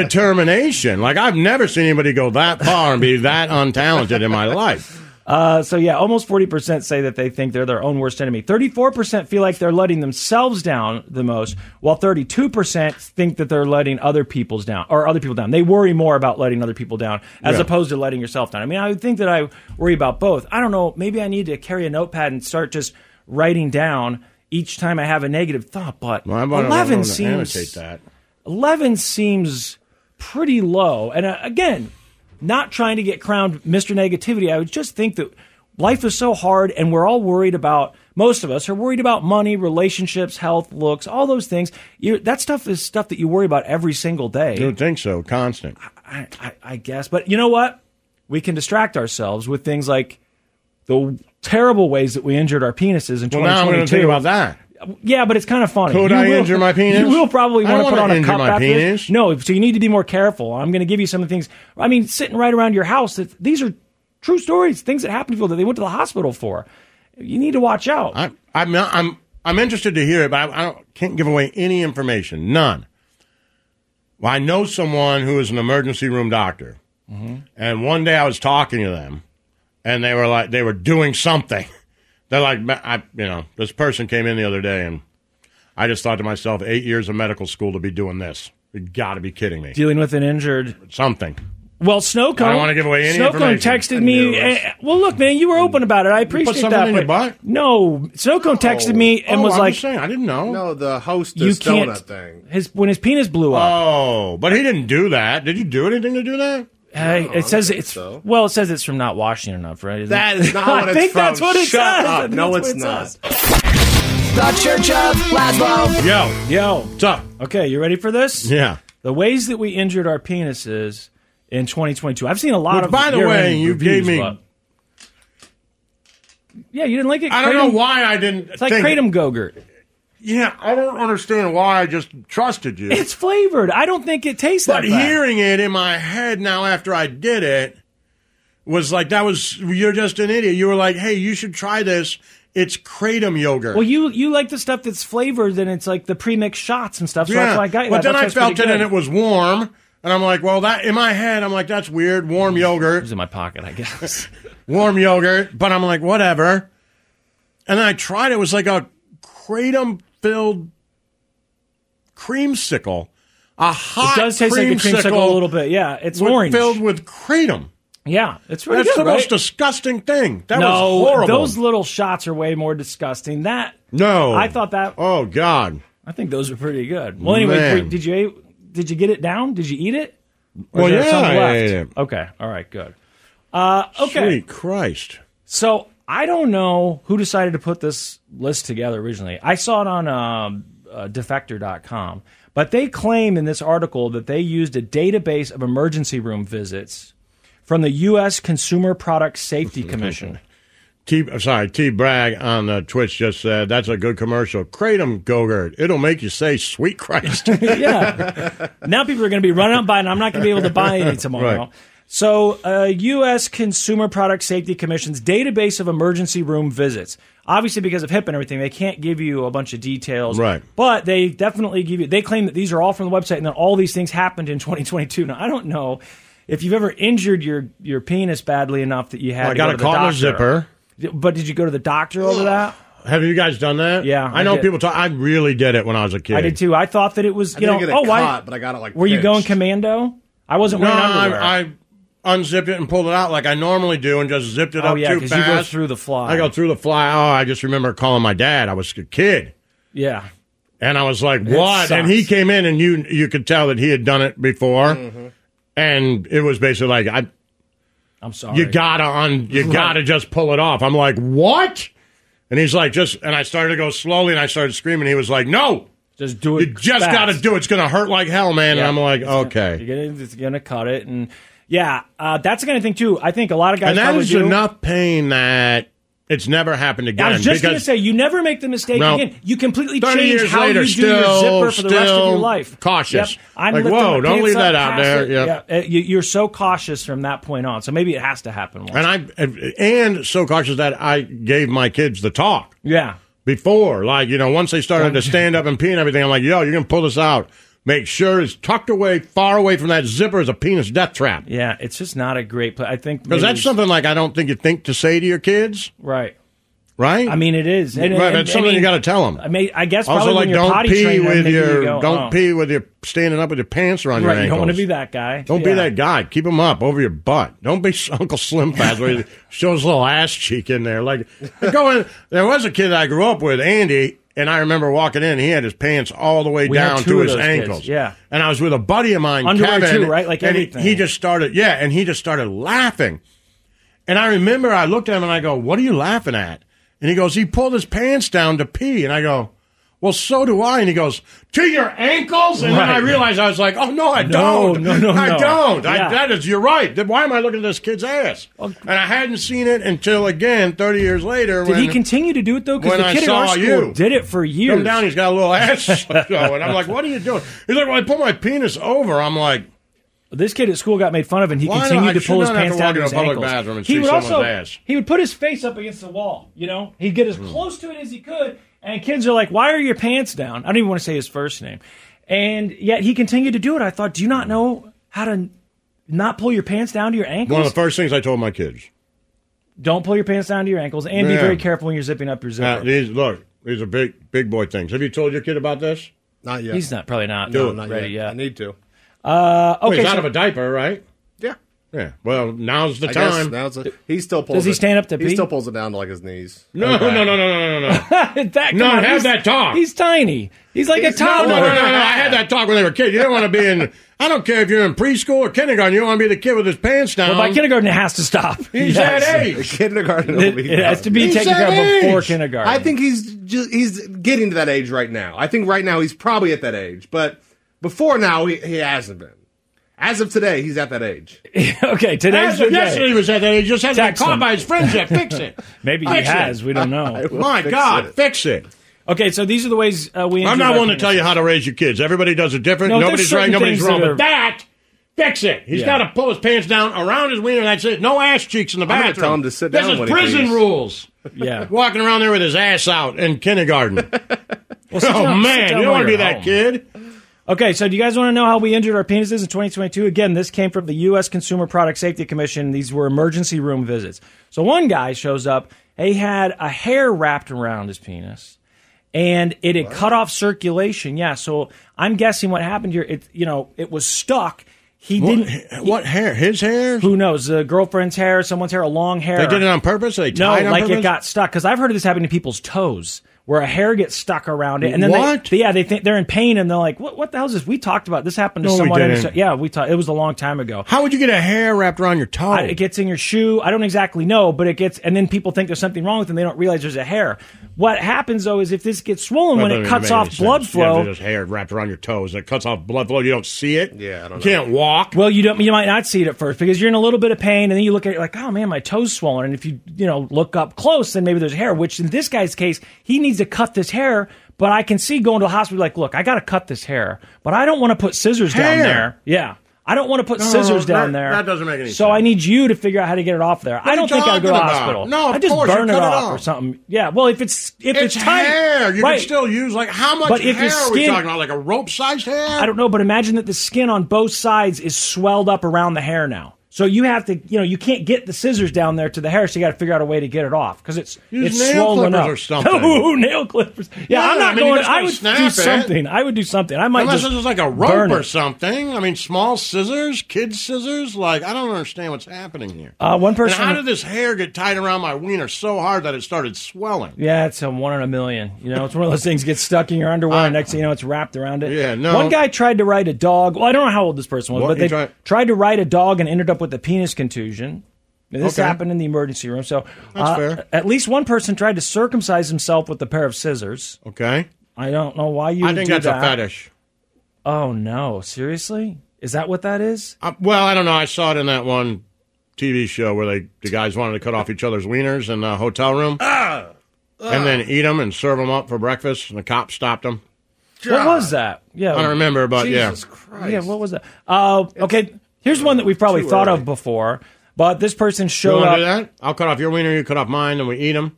S3: determination. Like I've never seen anybody go that far and be that untalented in my life.
S4: Uh, so yeah, almost forty percent say that they think they're their own worst enemy. Thirty-four percent feel like they're letting themselves down the most, while thirty-two percent think that they're letting other people's down or other people down. They worry more about letting other people down as
S3: Yeah.
S4: opposed to letting yourself down. I mean, I would think that I worry about both. I don't know. Maybe I need to carry a notepad and start just writing down each time I have a negative thought. But
S3: Well, I'm gonna- I'm
S4: eleven
S3: gonna
S4: seems
S3: annotate that.
S4: 11 seems pretty low. And uh, again, not trying to get crowned Mr. Negativity. I would just think that life is so hard and we're all worried about, most of us are worried about money, relationships, health, looks, all those things. you that stuff is stuff that you worry about every single day.
S3: You would think so, constant.
S4: I, I, I guess. But you know what? We can distract ourselves with things like the terrible ways that we injured our penises in
S3: Well,
S4: 2022.
S3: now I'm going to think about that.
S4: Yeah, but it's kind of funny.
S3: Could I injure my penis?
S4: You will probably
S3: I
S4: want
S3: don't
S4: to put
S3: wanna
S4: on a
S3: injure
S4: cup
S3: my
S4: after this.
S3: penis.
S4: No, so you need to be more careful. I'm going to give you some of the things. I mean, sitting right around your house. That these are true stories, things that happened to people that they went to the hospital for. You need to watch out.
S3: I, I'm not, I'm I'm interested to hear it, but I, I don't, can't give away any information, none. Well, I know someone who is an emergency room doctor,
S4: Mm-hmm.
S3: and one day I was talking to them, and they were like they were doing something. They're like, "Ma- I, you know, this person came in the other day, and I just thought to myself, eight years of medical school to be doing this. You got to be kidding me.
S4: Dealing with an injured.
S3: Something.
S4: Well, Snowcone.
S3: I don't wanna give away any
S4: Snowcone
S3: information.
S4: texted
S3: I
S4: me.
S3: knew it.
S4: eh, well, look, man, you were open about it. I appreciate
S3: something
S4: that.
S3: in your
S4: but-
S3: butt?
S4: No, Snowcone texted me and
S3: Oh,
S4: was
S3: I'm
S4: like,
S3: just saying, I didn't know.
S5: No, the
S4: "You
S5: hostess
S4: can't."
S5: donut thing.
S4: His when his penis blew up.
S3: Oh, but he didn't do that. Did you do anything to do that?
S4: Hey, it says
S5: think
S4: it's
S5: so.
S4: well. It says it's from not washing enough, right? Isn't
S5: That
S4: it?
S5: is not
S4: I
S5: what it's
S4: think that's
S5: from.
S4: what it
S5: Shut up.
S4: says. I think
S5: No,
S4: that's
S5: it's
S4: what it
S5: not.
S4: says.
S7: The Church of Laszlo.
S3: Yo,
S4: Yo,
S3: what's up?
S4: okay, you ready for this?
S3: Yeah.
S4: The ways that we injured our penises in 2022. I've seen a lot
S3: Which,
S4: of.
S3: by the
S4: year-end
S3: way, you gave
S4: reviews,
S3: me-
S4: but- Yeah, you didn't like it.
S3: I don't know
S4: Kratom-
S3: why I didn't.
S4: It's like
S3: think-
S4: kratom gogurt.
S3: Yeah, I don't understand why I just trusted you.
S4: It's flavored. I don't think it tastes
S3: but
S4: that bad.
S3: hearing it in my head now after I did it was like that was you're just an idiot. You were like, hey, you should try this. It's kratom yogurt.
S4: Well, you you like the stuff that's flavored, and it's like the pre-mixed shots and stuff. So that's why I got you.
S3: but
S4: that.
S3: then I
S4: That's why it's
S3: felt it
S4: pretty
S3: and
S4: good.
S3: it was warm, and I'm like, well, that in my head, I'm like, that's weird. Warm
S4: It
S3: yogurt,
S4: was in my pocket, I guess.
S3: warm yogurt. But I'm like, whatever. And then I tried. It It was like a kratom filled creamsicle. A hot
S4: it does taste like a creamsicle a little bit. Yeah, it's
S3: with-
S4: orange.
S3: filled with kratom.
S4: Yeah, it's really
S3: That's
S4: good,
S3: the most
S4: right?
S3: disgusting thing. That
S4: no,
S3: was horrible.
S4: those little shots are way more disgusting. That
S3: no,
S4: I thought that
S3: Oh God,
S4: I think those are pretty good. Well, anyway,
S3: Man.
S4: did you eat- did you get it down? Did you eat it? Or
S3: Well,
S4: is there
S3: yeah,
S4: some
S3: I
S4: left?
S3: ate it.
S4: Okay, all right, good. Uh, okay,
S3: sweet Christ!
S4: so I don't know who decided to put this list together originally. I saw it on um, uh, defector.com, but they claim in this article that they used a database of emergency room visits from the U.S. Consumer Product Safety Commission.
S3: T, I'm sorry, T Bragg on the Twitch just said that's a good commercial. Kratom Gogurt, it'll make you say "Sweet Christ."
S4: yeah. Now people are going to be running out buying. I'm not going to be able to buy any tomorrow.
S3: Right.
S4: So, uh, U.S. Consumer Product Safety Commission's database of emergency room visits. Obviously, because of HIP and everything, they can't give you a bunch of details.
S3: Right.
S4: But they definitely give you. They claim that these are all from the website, and that all these things happened in 2022. Now, I don't know if you've ever injured your your penis badly enough that you had.
S3: I
S4: to
S3: got
S4: go
S3: a
S4: to the
S3: caught in a
S4: doctor.
S3: zipper.
S4: But did you go to the doctor over that?
S3: Have you guys done that?
S4: Yeah,
S3: I,
S4: I
S3: know
S4: did.
S3: people talk. I really did it when I was a kid.
S4: I did too. I thought that it was
S3: I
S4: you know
S3: didn't get it
S4: oh why
S3: caught, but I got it, like,
S4: were you
S3: pinched.
S4: going commando? I wasn't
S3: no,
S4: wearing
S3: I-
S4: underwear.
S3: I, unzipped it and pulled it out like I normally do, and just zipped it
S4: Oh,
S3: up
S4: yeah,
S3: too
S4: 'cause
S3: fast.
S4: you go through the fly.
S3: I go through the fly. Oh, I just remember calling my dad. I was a kid,
S4: yeah.
S3: and I was like,
S4: That
S3: "What?" And he came in, and you you could tell that he had done it before,
S4: Mm-hmm.
S3: and it was basically like, "I
S4: I'm sorry.
S3: you gotta un, you
S4: Right.
S3: gotta just pull it off. I'm like, what? And he's like, just, and I started to go slowly, and I started screaming. He was like, no,
S4: just do it.
S3: You just
S4: fast.
S3: gotta do it. It's gonna hurt like hell, man.
S4: Yeah.
S3: And I'm like,
S4: It's gonna-
S3: okay.
S4: You're gonna it's gonna cut it and yeah, uh, that's the kind of thing too. I think a lot of guys
S3: And that
S4: probably
S3: is
S4: do.
S3: enough pain that it's never happened again.
S4: I was just going to
S3: because
S4: say, you never make the mistake
S3: No.
S4: again. You completely
S3: 30
S4: change
S3: years
S4: how
S3: later,
S4: you do
S3: still-
S4: your zipper for the rest of your
S3: still
S4: life.
S3: cautious.
S4: Yep. I'm
S3: Like,
S4: lifting
S3: whoa,
S4: my
S3: don't
S4: pants
S3: leave
S4: up
S3: that out
S4: past
S3: there.
S4: it.
S3: Yep.
S4: Yeah, uh, you- You're so cautious from that point on. So maybe it has to happen once.
S3: and I and so cautious that I gave my kids the talk.
S4: Yeah.
S3: Before, like you know, once they started to stand up and pee and everything, I'm like, yo, you're gonna pull this out. Make sure it's tucked away, far away from that zipper is a penis death trap.
S4: yeah, it's just not a great play. I think maybe
S3: Because that's
S4: it's-
S3: something like I don't think you think to say to your kids,
S4: right.
S3: right?
S4: I mean, it is. And-
S3: right,
S4: and-
S3: but it's something
S4: I mean,
S3: you got to tell them.
S4: I mean, I guess
S3: also,
S4: probably
S3: like
S4: when you're
S3: don't
S4: potty
S3: pee
S4: training,
S3: with
S4: maybe you
S3: your
S4: go,
S3: don't
S4: oh.
S3: pee with your standing up with your pants around
S4: Right,
S3: your
S4: you don't want to
S3: ankles.
S4: be that guy.
S3: Don't be
S4: Yeah.
S3: that guy. Keep him up over your butt. Don't be Uncle Slim Fast where he shows his little ass cheek in there. Like go in. There was a kid I grew up with, Andy, and I remember walking in. He had his pants all the way
S4: We had
S3: down
S4: two
S3: to
S4: of
S3: his
S4: those kids,
S3: ankles.
S4: yeah.
S3: and I was with a buddy of mine,
S4: Underwear
S3: Kevin,
S4: too, right? Like
S3: and he-
S4: everything.
S3: he just started, yeah, and he just started laughing. And I remember I looked at him and I go, What are you laughing at? And he goes, He pulled his pants down to pee. And I go, Well, so do I. And he goes, To your ankles? And then I
S4: Right.
S3: realized I was like, Oh, no, I
S4: No,
S3: don't.
S4: no, no,
S3: I
S4: no.
S3: don't. I,
S4: Yeah.
S3: that is, you're right. Then why am I looking at this kid's ass? And I hadn't seen it until, again, 30 years later.
S4: Did
S3: when,
S4: he continue to do it though? Because
S3: when
S4: the
S3: I
S4: kid at our
S3: saw
S4: school
S3: you.
S4: did it for years.
S3: Come down, he's got a little ass. show. and I'm like, What are you doing? He's like, Well, I put my penis over. I'm like,
S4: This kid at school got made fun of, and he
S3: Why not?
S4: continued
S3: I
S4: to
S3: should
S4: pull his
S3: not have
S4: pants
S3: to
S4: down
S3: walk
S4: to
S3: in a
S4: his
S3: public
S4: ankles.
S3: bathroom and
S4: he
S3: see
S4: would
S3: someone's
S4: also
S3: ass. Hmm.
S4: he would put his face up against the wall. You know, he'd get as close to it as he could, and kids are like, "Why are your pants down?" I don't even want to say his first name, and yet he continued to do it. I thought, do you not know how to n- not pull your pants down to your ankles?
S3: One of the first things I told my kids.
S4: don't pull your pants down to your ankles, and be
S3: Yeah.
S4: very careful when you're zipping up your zipper.
S3: Now, these look, these are big, big boy things. Have you told your kid about this?
S5: Not yet.
S4: He's not probably not,
S3: No,
S4: not
S5: not
S4: ready
S5: yet. I
S4: yet.
S5: need to.
S4: Uh,
S3: Well,
S4: okay,
S3: he's out
S4: so-
S3: of a diaper, right?
S5: Yeah.
S3: Yeah. Well, now's the
S5: I guess
S3: time.
S5: now's a, he still pulls.
S4: Does he
S5: it-
S4: stand up to
S5: He
S4: pee?
S5: still pulls it down to like his knees.
S3: no,
S5: Okay.
S3: no, no, no, no, no, no.
S4: that,
S3: No,
S4: come on,
S3: have
S4: he's-
S3: that talk.
S4: He's tiny. He's like a
S5: He's not
S3: No,
S4: toddler.
S3: no, no, no, no. I had that talk when they were kids. You don't want to be in. I don't care if you're in preschool or kindergarten. You don't want to be the kid with his pants down.
S4: Well, by kindergarten, it has to stop.
S3: he's
S4: Yes.
S3: at
S5: The
S3: age.
S5: kindergarten. will
S4: It,
S5: be
S4: it has to be
S3: He's
S4: taken care
S3: that
S4: of before
S3: age.
S4: kindergarten.
S5: I think he's just, he's getting to that age right now. I think right now he's probably at that age, but before now he, he hasn't been. As of today, he's at that age.
S4: okay, today's
S3: As
S4: the
S3: of
S4: day.
S3: yesterday he was at that age. He Just hasn't been
S4: Text him.
S3: caught by his friends yet. Fix it.
S4: Maybe he
S3: Fix it.
S4: has. We don't know.
S3: My
S5: fix
S3: God,
S5: it.
S3: fix it.
S4: Okay, so these are the ways uh, we.
S3: I'm
S4: injure
S3: not
S4: our
S3: one to
S4: penises.
S3: tell you how to raise your kids. Everybody does it different.
S4: No, there's
S3: nobody's right.
S4: certain
S3: Nobody's
S4: things
S3: wrong.
S4: that
S3: But
S4: are-
S3: that, fix it. He's
S4: Yeah.
S3: got to pull his pants down around his wiener. That's it. No ass cheeks in the
S5: gonna
S3: bathroom.
S5: tell him to sit
S3: this
S5: down when
S3: is
S5: he
S3: prison
S5: pees.
S3: rules.
S4: Yeah.
S3: Walking around there with his ass out in kindergarten.
S4: Well, sit
S3: oh
S4: down- sit
S3: man, you
S4: down
S3: don't
S4: while
S3: want to be
S4: you're
S3: that
S4: home.
S3: kid.
S4: Okay, so do you guys want to know how we injured our penises in 2022? Again, this came from the U.S. Consumer Product Safety Commission. These were emergency room visits. So one guy shows up. He had a hair wrapped around his penis, and it had cut off circulation. Yeah. So I'm guessing what happened here. It you know it was stuck. He didn't.
S3: What, what hair? His hair?
S4: Who knows? A girlfriend's hair, someone's hair, a long hair.
S3: They did it on purpose. They
S4: No,
S3: tied on
S4: like it
S3: purpose?
S4: got stuck. Because I've heard of this happening to people's toes, where a hair gets stuck around it, and then
S3: What?
S4: They, yeah, they think they're in pain, and they're like, "What? What the hell is this? We talked about this happened to
S3: No, we
S4: someone."
S3: didn't.
S4: So- yeah, we talked. It was a long time ago.
S3: How would you get a hair wrapped around your toe?
S4: I- it gets in your shoe. I don't exactly know, but it gets, and then people think there's something wrong with them. They don't realize there's a hair. What happens though is if this gets swollen
S3: Well,
S4: when
S3: that doesn't
S4: it cuts
S3: make
S4: off
S3: any
S4: blood
S3: sense. You have
S4: flow,
S3: this hair wrapped around your toes. It cuts off blood flow. You don't see it.
S5: Yeah, I don't
S3: You can't walk.
S4: Well, you don't. You might not see it at first because you're in a little bit of pain, and then you look at it like, oh man, my toe's swollen. And if you you know look up close, then maybe there's hair. Which in this guy's case, he needs to cut this hair. But I can see going to the hospital like, look, I got to cut this hair, but I don't want to put scissors down
S3: Hair?
S4: there. Yeah. I don't want to put
S3: No,
S4: scissors
S3: that-
S4: down there.
S3: that doesn't make any
S4: So
S3: sense.
S4: I need you to figure out how to get it off there. I
S3: are
S4: don't
S3: you
S4: think I'd go to the
S3: talking about?
S4: hospital.
S3: No, of
S4: I just
S3: course, you
S4: burn it
S3: cut it
S4: off, or
S3: off.
S4: something. Yeah. Well, if it's if it's,
S3: It's,
S4: tight,
S3: hair. You
S4: right.
S3: can still use like how much
S4: But if
S3: hair
S4: his
S3: are we
S4: skin-
S3: talking about? Like a rope sized hair?
S4: I don't know, but imagine that the skin on both sides is swelled up around the hair now. So you have to, you know, you can't get the scissors down there to the hair, so you got to figure out a way to get it off because it's
S3: Use
S4: it's
S3: nail
S4: swollen
S3: clippers or
S4: up.
S3: something.
S4: No, nail clippers. Yeah,
S3: No, no,
S4: I'm not
S3: I mean, you
S4: going.
S3: just gotta
S4: I would
S3: snap
S4: do
S3: it.
S4: something. I would do something. I might
S3: Unless
S4: just
S3: this is like a rope
S4: burn
S3: or
S4: it.
S3: something. I mean, small scissors, kid scissors. Like I don't understand what's happening here.
S4: Uh, one
S3: And
S4: person-
S3: how did this hair get tied around my wiener so hard that it started swelling?
S4: Yeah, it's a one in a million. You know, it's one of those things gets stuck in your underwear, and next thing you know, it's wrapped around it. Yeah,
S3: Uh, no.
S4: One guy tried to ride a dog. Well, I don't know how old this person was,
S3: What?
S4: but
S3: He
S4: they
S3: tried-
S4: tried to ride a dog and ended up with a penis contusion. Now, This
S3: Okay.
S4: happened in the emergency room. So
S3: That's
S4: uh,
S3: fair.
S4: At least one person tried to circumcise himself with a pair of scissors.
S3: Okay.
S4: I don't know why you.
S3: I
S4: would
S3: think
S4: do
S3: that's a
S4: that.
S3: fetish.
S4: Oh no! Seriously, is that what that is?
S3: Uh, well, I don't know. I saw it in that one TV show where they the guys wanted to cut off each other's wieners in the hotel room and then eat them and serve them up for breakfast. And the cop stopped them.
S4: What was that? Yeah,
S3: I don't remember, but yeah.
S4: Yeah, what was that? Uh, okay, here's one that we've probably
S3: too
S4: thought
S3: early.
S4: of before, but this person
S3: you
S4: showed
S3: wanna
S4: up.
S3: do that? I'll cut off your wiener, you cut off mine, and we eat them.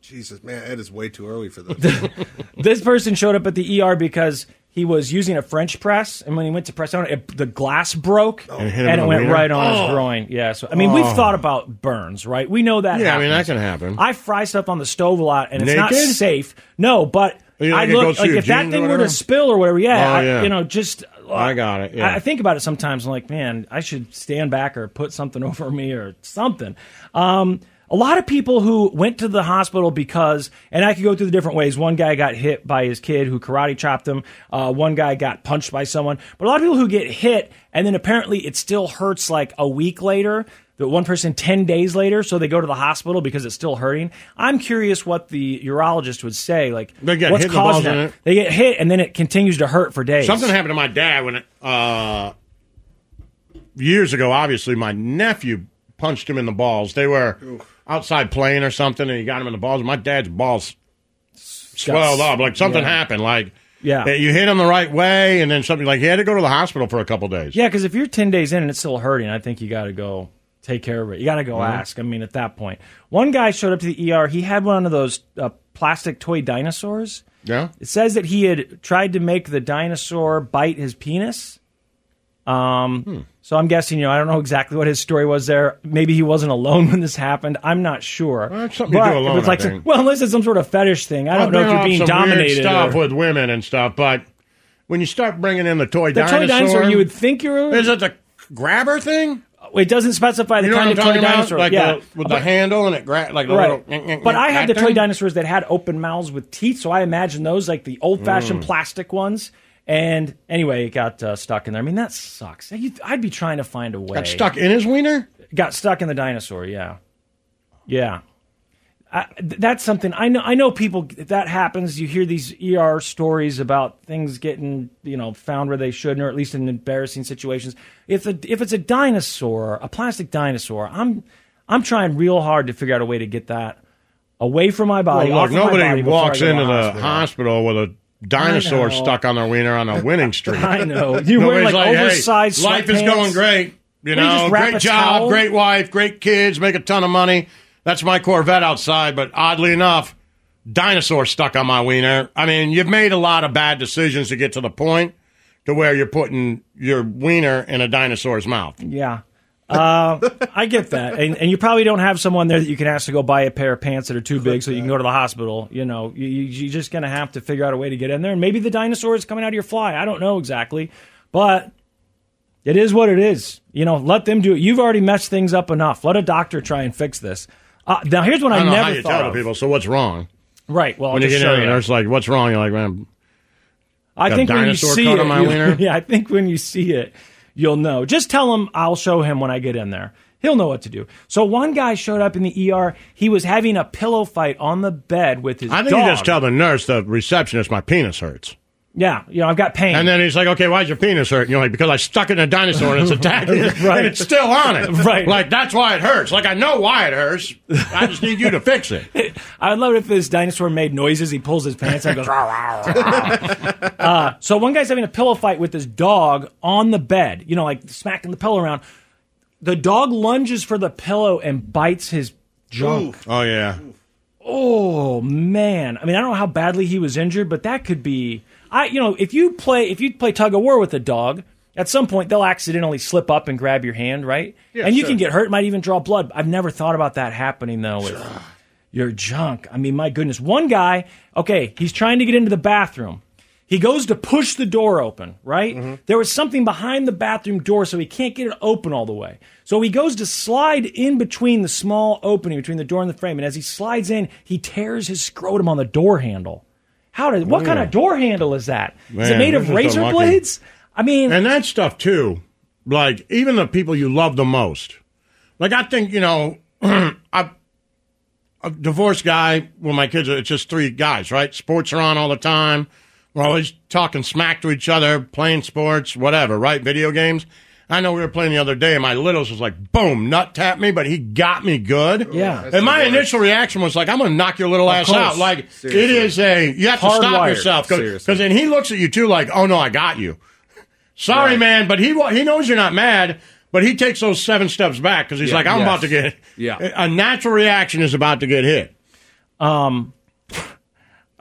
S5: Jesus, man, it is way too early for this.
S4: This person showed up at the ER because he was using a French press, and when he went to press on it, it the glass broke and,
S3: Oh. hit him in
S4: it
S3: the
S4: went
S3: wiener?
S4: right on his
S3: Oh.
S4: groin. Yeah, so I mean, we've
S3: Oh.
S4: thought about burns, right? We know that.
S3: Yeah, I mean,
S4: happens.
S3: that can happen.
S4: I fry stuff on the stove a lot, and it's not
S3: Naked?
S4: safe. No, but
S3: You think
S4: I
S3: it goes
S4: look
S3: through
S4: like
S3: your
S4: if that
S3: jeans or
S4: thing were
S3: whatever?
S4: to spill or whatever. Yeah,
S3: Oh,
S4: I-
S3: yeah.
S4: you know, just
S3: I got it, yeah.
S4: I, I think about it sometimes. I'm like, man, I should stand back or put something over me or something. Um, a lot of people who went to the hospital because, and I could go through the different ways. One guy got hit by his kid who karate chopped him. Uh, one guy got punched by someone. But a lot of people who get hit and then apparently it still hurts like a week later. That one person 10 days later, so they go to the hospital because it's still hurting. I'm curious what the urologist would say. Like,
S3: They get
S4: what's
S3: hit in the balls,
S4: causing
S3: isn't
S4: that?
S3: it?
S4: They get hit and then it continues to hurt for days.
S3: Something happened to my dad when uh, years ago. Obviously, my nephew punched him in the balls. They were outside playing or something, and he got him in the balls. My dad's balls swelled up like something
S4: yeah.
S3: happened. Like
S4: Yeah.
S3: that you hit him the right way, and then something like he had to go to the hospital for a couple days.
S4: Yeah, because if you're 10 days in and it's still hurting, I think you got to go take care of it. You got to go
S3: Mhm.
S4: ask. I mean, at that point, one guy showed up to the ER. He had one of those uh, plastic toy dinosaurs.
S3: Yeah.
S4: It says that he had tried to make the dinosaur bite his penis. Um,
S3: Hmm.
S4: So I'm guessing, you know, I don't know exactly what his story was there. Maybe he wasn't alone when this happened. I'm not sure.
S3: something you
S4: But
S3: do
S4: if
S3: alone,
S4: it's
S3: I
S4: like some-
S3: think.
S4: well, unless it's some sort of fetish thing. I don't
S3: I've
S4: know
S3: been
S4: if you're
S3: off
S4: being
S3: some
S4: dominated.
S3: weird stuff
S4: or-
S3: with women and stuff, but when you start bringing in the toy
S4: the
S3: dinosaur,
S4: toy dinosaur, you would think you're.
S3: is it the grabber thing?
S4: It doesn't specify the
S3: you know
S4: kind
S3: what I'm
S4: of toy
S3: talking about?
S4: dinosaur.
S3: Like
S4: yeah,
S3: the, with the
S4: But-
S3: handle and it gra- like the
S4: right.
S3: little.
S4: but I had the
S3: that
S4: toy
S3: thing?
S4: dinosaurs that had open mouths with teeth, so I imagine those like the old-fashioned
S3: Mm.
S4: plastic ones. And anyway, it got uh, stuck in there. I mean, that sucks. You- I'd be trying to find a way.
S3: Got stuck in his wiener?
S4: Got stuck in the dinosaur. Yeah, yeah. I, th- that's something I know. I know people that happens. You hear these ER stories about things getting you know found where they shouldn't, or at least in embarrassing situations. If a, if it's a dinosaur, a plastic dinosaur, I'm I'm trying real hard to figure out a way to get that away from my
S3: Well,
S4: body.
S3: Oh, look,
S4: off of my
S3: nobody
S4: body before I
S3: walks
S4: go to
S3: into the hospital.
S4: hospital.
S3: with a dinosaur
S4: know.
S3: stuck on their wiener on a winning streak.
S4: I know. You wear,
S3: Nobody's
S4: like,
S3: "Hey,
S4: oversized
S3: life is
S4: sweatpants."
S3: going great. You
S4: What, you
S3: know,
S4: just wrap
S3: great
S4: a
S3: job,
S4: towel?
S3: great wife, great kids, make a ton of money. That's my Corvette outside, but oddly enough, dinosaur stuck on my wiener. I mean, you've made a lot of bad decisions to get to the point to where you're putting your wiener in a dinosaur's mouth.
S4: Yeah. Uh, I get that, and, and you probably don't have someone there that you can ask to go buy a pair of pants that are too big, so you can go to the hospital. You know, you, you- you're just gonna have to figure out a way to get in there, and maybe the dinosaur is coming out of your fly. I don't know exactly, but it is what it is. You know, let them do it. You've already messed things up enough. Let a doctor try and fix this. Uh, now, here's what
S3: I
S4: I,
S3: don't know
S4: never
S3: how you
S4: thought
S3: tell
S4: of.
S3: people. So what's wrong?
S4: Right. Well, I'll
S3: when you
S4: just
S3: get
S4: show
S3: in,
S4: you.
S3: there, it's like, what's wrong? You're like, man,
S4: I
S3: Got a
S4: think when you
S3: dinosaur
S4: see
S3: caught
S4: it,
S3: on my
S4: you-
S3: wiener?
S4: yeah, I think when you see it, you'll know. Just tell him I'll show him when I get in there. He'll know what to do. So one guy showed up in the ER. He was having a pillow fight on the bed with his.
S3: I think
S4: dog.
S3: you just tell the nurse, the receptionist, my penis hurts.
S4: Yeah, you know I've got pain.
S3: And then he's like, okay, why's your penis hurt? And you're like, because I stuck it in a dinosaur and it's attacked it.
S4: Right.
S3: And it's still on it.
S4: Right.
S3: Like, that's why it hurts. Like, I know why it hurts. I just need you to fix it.
S4: I'd love it if this dinosaur made noises. He pulls his pants and goes. "Raw, raw, raw." uh, so one guy's having a pillow fight with his dog on the bed. You know, like smacking the pillow around. The dog lunges for the pillow and bites his junk.
S3: Oh, yeah.
S4: Oh man! I mean, I don't know how badly he was injured, but that could be. I you know if you play if you play tug of war with a dog, at some point they'll accidentally slip up and grab your hand, right?
S8: Yeah,
S4: and you
S8: sure.
S4: can get hurt, might even draw blood. I've never thought about that happening though with your junk. I mean, my goodness. One guy, okay, he's trying to get into the bathroom. He goes to push the door open, right?
S3: Mm-hmm.
S4: There was something behind the bathroom door, so he can't get it open all the way. So he goes to slide in between the small opening between the door and the frame, and as he slides in, he tears his scrotum on the door handle. How did? What kind
S3: Mm.
S4: of door handle is that? Is
S3: Man,
S4: it made
S3: this
S4: of razor
S3: unlucky.
S4: blades? I mean,
S3: and that stuff too. Like even the people you love the most. Like I think you know, I, a divorced guy. Well, my kids are it's just three guys, right? Sports are on all the time. We're always talking smack to each other, playing sports, whatever, right? Video games. I know we were playing the other day, and my littles was like, "Boom, nut tap me," but he got me good.
S4: Yeah.
S3: and my initial reaction was like, "I'm going to knock your little
S4: Of
S3: ass
S4: course.
S3: out." Like it
S4: Seriously.
S3: is a you have to
S4: Hardwired.
S3: stop yourself because
S4: Seriously.
S3: then he looks at you too, like, "Oh no, I got you." Sorry, man, but he wa- he knows you're not mad, but he takes those seven steps back because he's
S4: Yeah,
S3: like, I'm
S4: yes.
S3: about to get
S4: Yeah.
S3: A natural reaction is about to get hit.
S4: Um.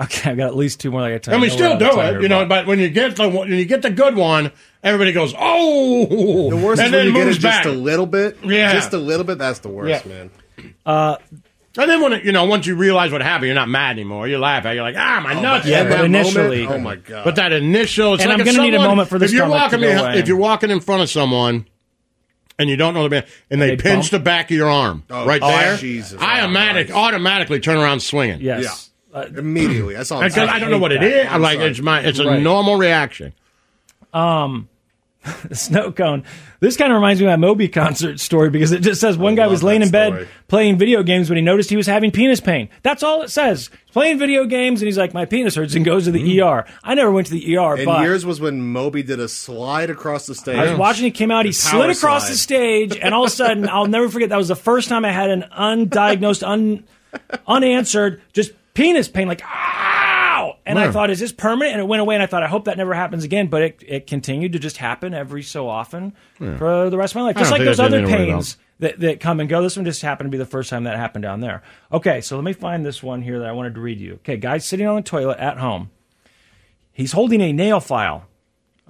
S4: Okay, I've got at least two more. Like I tell
S3: and
S4: you,
S3: we
S4: I
S3: still
S4: know we're out of
S3: do
S4: time
S3: it,
S4: here,
S3: you know. But when you get the one- when you get the good one, everybody goes, "Oh!"
S5: The worst
S3: and
S5: is
S3: then
S5: when you get
S3: moves
S5: it
S3: back.
S5: just a little bit.
S3: Yeah.
S5: Just a little bit. That's the worst,
S3: Yeah.
S5: man.
S3: Uh, and then when it, you know, once you realize what happened, you're not mad anymore. You laugh at it. You're like, ah, my
S5: Oh,
S3: nuts.
S5: but yeah,
S3: hurt."
S5: but That initially- moment, oh my God.
S3: But that initial, it's
S4: And
S3: like
S4: I'm
S3: if
S4: gonna need a
S3: someone-
S4: moment for this
S3: If you're
S4: stomach to
S3: walking,
S4: go
S3: behind-
S4: away.
S3: if you're walking in front of someone. And you don't know the man, and they,
S4: they
S3: pinch
S4: bump?
S3: the back of your arm
S5: Oh,
S3: right
S5: oh,
S3: there.
S5: Jesus.
S3: I automatic, automatically turn around swinging.
S4: Yes. Uh,
S5: Immediately. That's all.
S3: because I, don't know what it is. I'm like, it's my, it's a
S4: Right.
S3: normal reaction.
S4: Um, snow cone. This kind of reminds me of my Moby concert story because it just says one guy was laying in bed playing video games when he noticed he was having penis pain. That's all it says. He's playing video games and he's like, my penis hurts and goes to the ER. I never went to the ER,
S5: And
S4: but
S5: yours was when Moby did a slide across the stage.
S4: I
S8: "Oh,
S4: was watching it came out. He
S5: The
S4: slid
S5: power
S4: across
S5: slide.
S4: the stage, and all of a sudden, I'll never forget. That was the first time I had an undiagnosed, un, unanswered, just penis pain, like ow. And I
S8: Wow.
S4: thought, is this permanent? And it went away. And I thought, I hope that never happens again. But it, it continued to just happen every so often
S8: Yeah.
S4: for the rest of my life,
S8: I
S4: just
S8: don't
S4: like
S8: think
S4: those
S8: there's
S4: other
S8: anything to worry about.
S4: pains that, that come and go. This one just happened to be the first time that happened down there. Okay, so let me find this one here that I wanted to read you. Okay, guy sitting on the toilet at home. He's holding a nail file.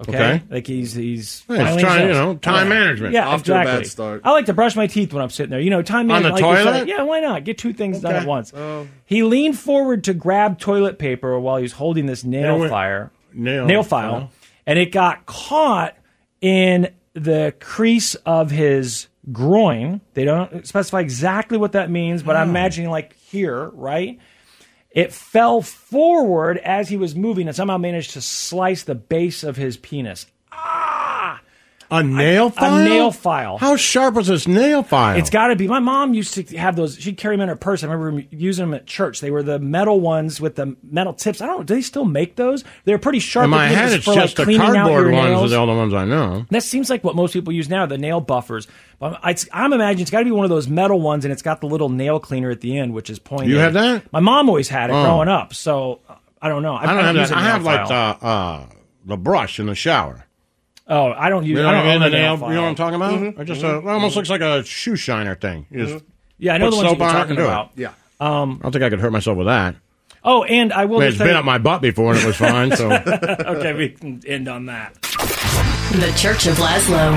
S4: Okay,
S3: Okay.
S4: like he's he's
S3: Yeah, it's
S4: filing
S3: time,
S4: his
S3: you
S4: nails.
S3: know, time
S4: Yeah.
S3: management.
S4: Yeah,
S3: Off to a
S4: exactly.
S3: bad start.
S4: I like to brush my teeth when I'm sitting there. You know, time
S3: On the
S4: management, like you said.
S3: toilet?
S4: Yeah, why not? Get two things done
S3: Okay.
S4: at once. He leaned forward to grab toilet paper while he was holding this nail
S3: And went-
S4: file.
S3: Nail. uh-huh.
S4: nail file, and it got caught in the crease of his groin. They don't specify exactly what that means, but I'm
S8: Oh.
S4: imagining like here, right? It fell forward as he was moving and somehow managed to slice the base of his penis.
S3: A nail file.
S4: nail file.
S3: How sharp was this nail file?
S4: It's got to be. My mom used to have those. She'd carry them in her purse. I remember using them at church. They were the metal ones with the metal tips. I don't. Do they still make those? They're pretty sharp.
S3: In my
S4: because
S3: head,
S4: it's
S3: it's
S4: for, like,
S3: just the
S4: cleaning out
S3: cardboard
S4: your
S3: ones are
S4: nails.
S3: the only ones I know.
S4: That seems like what most people use now, the nail buffers. But I, I'm imagining it's got to be one of those metal ones, and it's got the little nail cleaner at the end, which is pointed.
S3: You have that?
S4: My mom always had it
S3: Oh.
S4: growing up, so uh, I don't know.
S3: I, don't have
S4: use
S3: that.
S4: a
S3: I
S4: nail
S3: have like the
S4: file.
S3: uh, the brush in the shower.
S4: Oh, I don't use.
S3: You know what
S4: I don't
S3: I mean?
S4: own
S3: The
S4: a nail.
S3: nail. You know what I'm talking about?
S4: Mhm.
S3: Or just
S4: Mhm.
S3: a, it almost looks like a shoe shiner thing. You just
S4: Mhm. Yeah, I know
S3: put
S4: the ones that
S3: soap
S4: you're
S3: on it and
S4: talking
S3: do it.
S4: about.
S5: Yeah.
S4: Um.
S3: I don't think I could hurt myself with that.
S4: Oh, and I
S3: I
S4: will.
S3: mean,
S4: just
S3: it's
S4: tell
S3: been
S4: you-
S3: up my butt before and it was fine. So
S4: okay, we can end on that.
S6: The Church of Laszlo.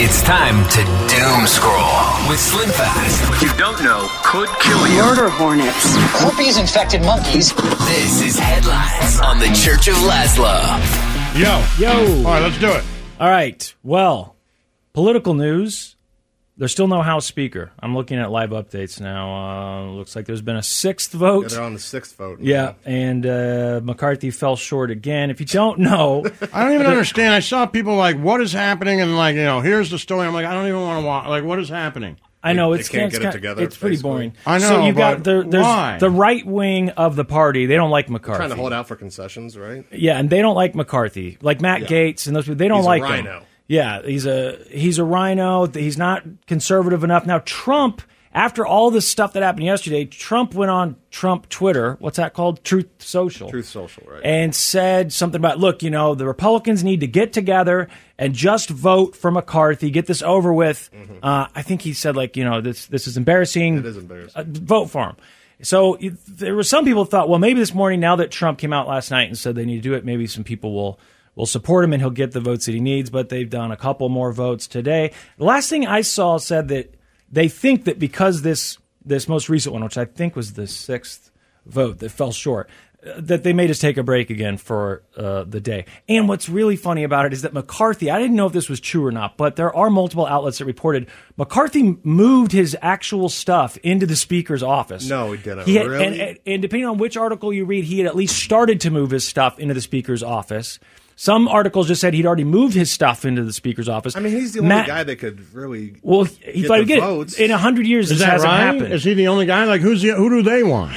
S9: It's time to doom scroll with Slim Fast. What you don't know could kill you. Murder hornets. Herpes infected monkeys. This is Headlines on the Church of Laszlo.
S3: Yo.
S4: Yo. All
S3: right, let's do it.
S4: All right. Well, political news. There's still no House Speaker. I'm looking at live updates now. Uh, looks like there's been a sixth vote.
S5: Yeah, they're on the sixth vote.
S4: Yeah, and uh, McCarthy fell short again. If you don't know,
S3: I don't even understand. I saw people like, what is happening? And like, you know, here's the story. I'm like, I don't even want to watch. Like, what is happening?
S4: I know it's it's kind- It's pretty boring.
S3: I know.
S4: So you
S3: but
S4: got the, there's
S3: why?
S4: the right wing of the party. They don't like McCarthy.
S5: Trying to hold out for concessions, right?
S4: Yeah, and they don't like McCarthy, like Matt Gates and those people. They don't
S5: He's a
S4: like
S5: rhino.
S4: him. Yeah, he's a he's a rhino. He's not conservative enough. Now Trump, after all this stuff that happened yesterday, Trump went on Trump Twitter. What's that called? Truth Social.
S5: Truth Social, right?
S4: And said something about, look, you know, the Republicans need to get together and just vote for McCarthy, get this over with. Uh, I think he said, like, you know, this this is embarrassing. It is embarrassing. vote for him. So y- there were some people thought, well, maybe this morning, now that Trump came out last night and said they need to do it, maybe some people will will support him and he'll get the votes that he needs. But they've done a couple more votes today. The last thing I saw said that they think that because this this most recent one, which I think was the sixth vote that fell short, uh, that they made us take a break again for uh, the day. And what's really funny about it is that McCarthy, I didn't know if this was true or not, but there are multiple outlets that reported McCarthy moved his actual stuff into the speaker's office.
S5: No, he didn't.
S4: He had,
S5: really?
S4: and, and, and depending on which article you read, he had at least started to move his stuff into the speaker's office. Some articles just said he'd already moved his stuff into the speaker's office.
S5: I mean, he's the only
S4: Matt-
S5: guy that could really.
S4: Well, he, he
S5: Get
S4: thought
S5: the
S4: he'd get
S5: votes.
S4: it. In 100 years,
S3: Is
S4: this
S3: that
S4: hasn't
S3: right?
S4: happened.
S3: Is he the only guy? Like, who's the, who do they want?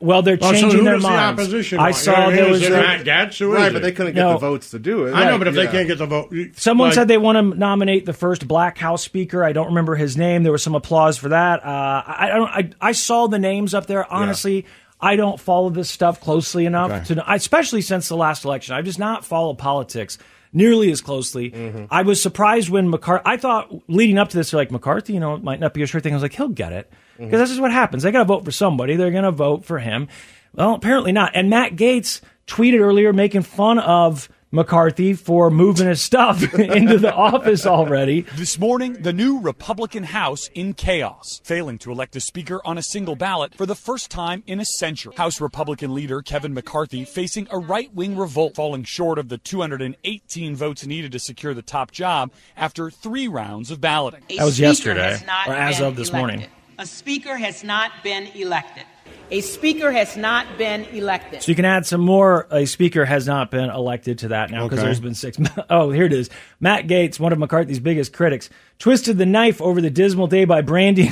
S4: Well, they're
S3: Oh, so
S4: changing
S3: who
S4: their
S3: does the
S4: minds.
S3: opposition
S4: I
S3: want?
S4: saw
S3: Is
S4: there
S3: it
S4: was
S3: Matt Gaetz? Who is
S5: Right, but
S3: it?
S5: they couldn't get
S4: No.
S5: the votes to do it.
S3: I know, but if they
S5: Yeah.
S3: can't get the vote, you-
S4: Someone
S3: like-
S4: said they want to nominate the first Black House Speaker. I don't remember his name. There was some applause for that. Uh, I, I don't. I, I saw the names up there. Honestly, I don't follow this stuff closely enough
S8: Okay.
S4: to know, especially since the last election. I've just not followed politics nearly as closely. I was surprised when McCarthy. I thought leading up to this, they're like McCarthy, you know, it might not be a sure thing. I was like, he'll get it because
S8: Mhm.
S4: this is what happens. They got to vote for somebody. They're going to vote for him. Well, apparently not. And Matt Gates tweeted earlier making fun of McCarthy for moving his stuff into the office already.
S10: This morning, the new Republican House in chaos, failing to elect a speaker on a single ballot for the first time in a century. House Republican leader Kevin McCarthy facing a right wing revolt, falling short of the 218 votes needed to secure the top job after three rounds of balloting.
S4: That was yesterday, or as of this morning.
S11: A speaker has not been elected. A speaker has not been elected.
S4: So you can add some more. uh, A speaker has not been elected to that now because
S11: Okay.
S4: there's been six. Oh, here it is. Matt Gates, one of McCarthy's biggest critics, twisted the knife over the dismal day by branding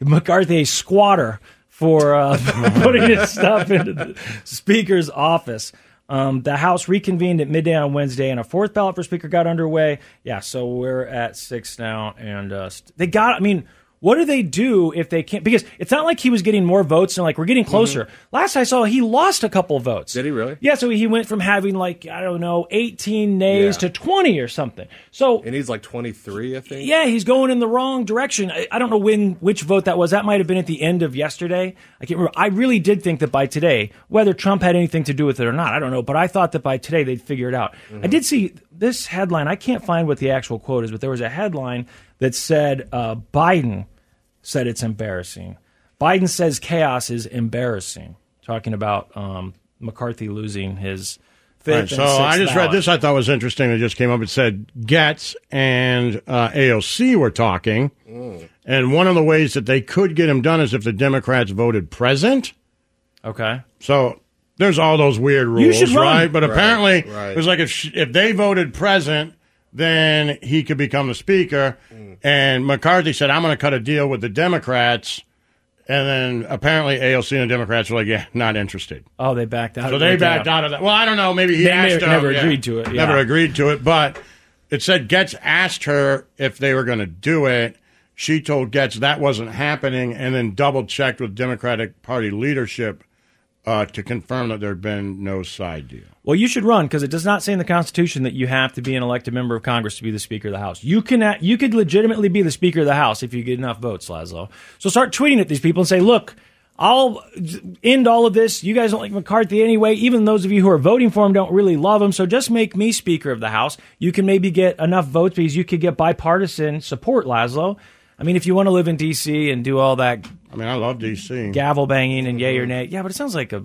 S4: McCarthy a squatter for uh, putting his stuff into the speaker's office. Um, the House reconvened at midday on Wednesday, and a fourth ballot for Speaker got underway. Yeah, so we're at six now, and uh, st- they got. I mean, what do they do if they can't? Because it's not like he was getting more votes, and like we're getting closer. Last I saw, he lost a couple votes. Mm-hmm. Did he really? Yeah, so he went from having like I don't know, eighteen nays
S5: Yeah.
S4: to twenty or something. So
S5: And he's like 23, I think.
S4: yeah, he's going in the wrong direction. I, I don't know when which vote that was. That might have been at the end of yesterday. I can't remember. I really did think that by today, whether Trump had anything to do with it or not, I don't know. But I thought that by today they'd figure it out.
S3: Mm-hmm.
S4: I did see this headline. I can't find what the actual quote is, but there was a headline that said uh, Biden said it's embarrassing. Biden says chaos is embarrassing. Talking about um, McCarthy losing his fifth.
S3: Right,
S4: and
S3: so
S4: sixth
S3: I just read
S4: ballot.
S3: this. I thought was interesting. It just came up. It said Getz and uh, AOC were talking,
S5: Mm.
S3: and one of the ways that they could get him done is if the Democrats voted present.
S4: Okay.
S3: So there's all those weird rules,
S4: You should run.
S3: right? But
S4: Right,
S3: apparently,
S4: right.
S3: it was like if sh- if they voted present, then he could become the speaker.
S4: Mm.
S3: And McCarthy said, "I'm going to cut a deal with the Democrats." And then apparently AOC and the Democrats were like, "Yeah, not interested."
S4: Oh, they backed out.
S3: So
S4: of
S3: they
S4: it, yeah.
S3: backed out of that. Well, I don't know. Maybe he
S4: They
S3: asked
S4: may-
S3: her-
S4: never
S3: yeah.
S4: agreed to it. Yeah.
S3: Never agreed to it. But it said Getz asked her if they were going to do it. She told Getz that wasn't happening, and then double checked with Democratic Party leadership uh, to confirm that there had been no side deal.
S4: Well, you should run because it does not say in the Constitution that you have to be an elected member of Congress to be the Speaker of the House. You can act- you could legitimately be the Speaker of the House if you get enough votes, Laszlo. So start tweeting at these people and say, "Look, I'll end all of this. You guys don't like McCarthy anyway. Even those of you who are voting for him don't really love him. So just make me Speaker of the House. You can maybe get enough votes because you could get bipartisan support, Laszlo. I mean, if you want to live in D.C. and do all that,
S3: I mean, I love D.C.
S4: gavel banging and
S3: Mm-hmm.
S4: yay or nay. Yeah, but it sounds like a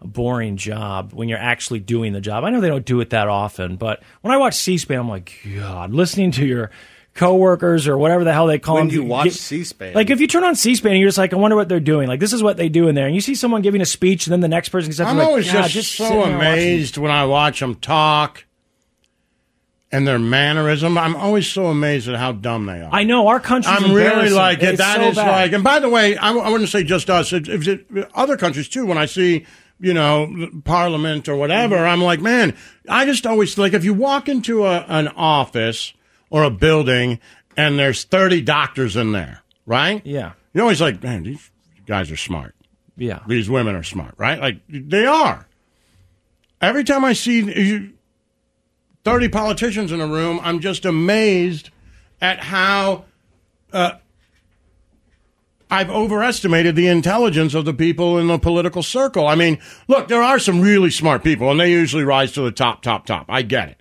S4: a boring job when you're actually doing the job. I know they don't do it that often, but when I watch C-SPAN, I'm like, God, listening to your coworkers or whatever the hell they call
S5: When
S4: them.
S5: you watch
S4: get-
S5: C-SPAN.
S4: Like if you turn on C-SPAN, and you're just like, I wonder what they're doing. Like this is what they do in there, and you see someone giving a speech, and then the next person gets up.
S3: I'm
S4: and like,
S3: always
S4: "God,
S3: just,
S4: sit there
S3: so
S4: and watch it."
S3: amazed when I watch them talk and their mannerism. I'm always so amazed at how dumb they are.
S4: I know our country.
S3: I'm really like
S4: it's
S3: it. That
S4: so
S3: is
S4: bad.
S3: like, and by the way, I, I wouldn't say just us. It, it's it, other countries too. When I see, you know, Parliament or whatever,
S4: Mm-hmm.
S3: I'm like, man, I just always like if you walk into a, an office or a building and there's 30 doctors in there, right?
S4: Yeah.
S3: You're always like, man, these guys are smart.
S4: Yeah.
S3: These women are smart, right? Like they are. Every time I see you- 30 politicians in a room, I'm just amazed at how uh, I've overestimated the intelligence of the people in the political circle. I mean, look, there are some really smart people, and they usually rise to the top, top, top. I get it.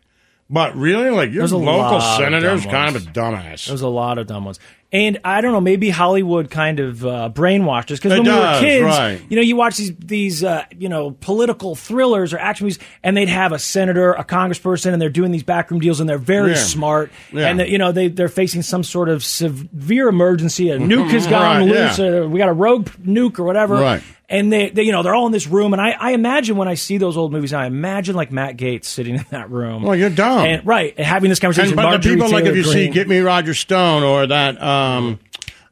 S3: But really, like your
S4: There's a
S3: local
S4: lot of
S3: senator is
S4: dumb
S3: kind of
S4: ones.
S3: a dumbass.
S4: There's a lot of dumb ones. And I don't know, maybe Hollywood kind of uh, brainwashed us because
S3: It
S4: when we were
S3: does,
S4: kids,
S3: right.
S4: you know, you watch these these uh, you know political thrillers or action movies, and they'd have a senator, a congressperson, and they're doing these backroom deals, and they're very
S3: Yeah.
S4: smart,
S3: Yeah.
S4: and they- you know they they're facing some sort of severe emergency, a nuke has gone
S3: Right,
S4: loose,
S3: yeah.
S4: or we got a rogue nuke or whatever,
S3: Right.
S4: And they, they, you know, they're all in this room, and I, I imagine when I see those old movies, I imagine like Matt Gates sitting in that room.
S3: Well, you're dumb.
S4: and, right? And having this
S3: And
S4: conversation. with
S3: but the
S4: Marjorie
S3: people like if
S4: Taylor
S3: you see
S4: Greene.
S3: Get Me Roger Stone or that um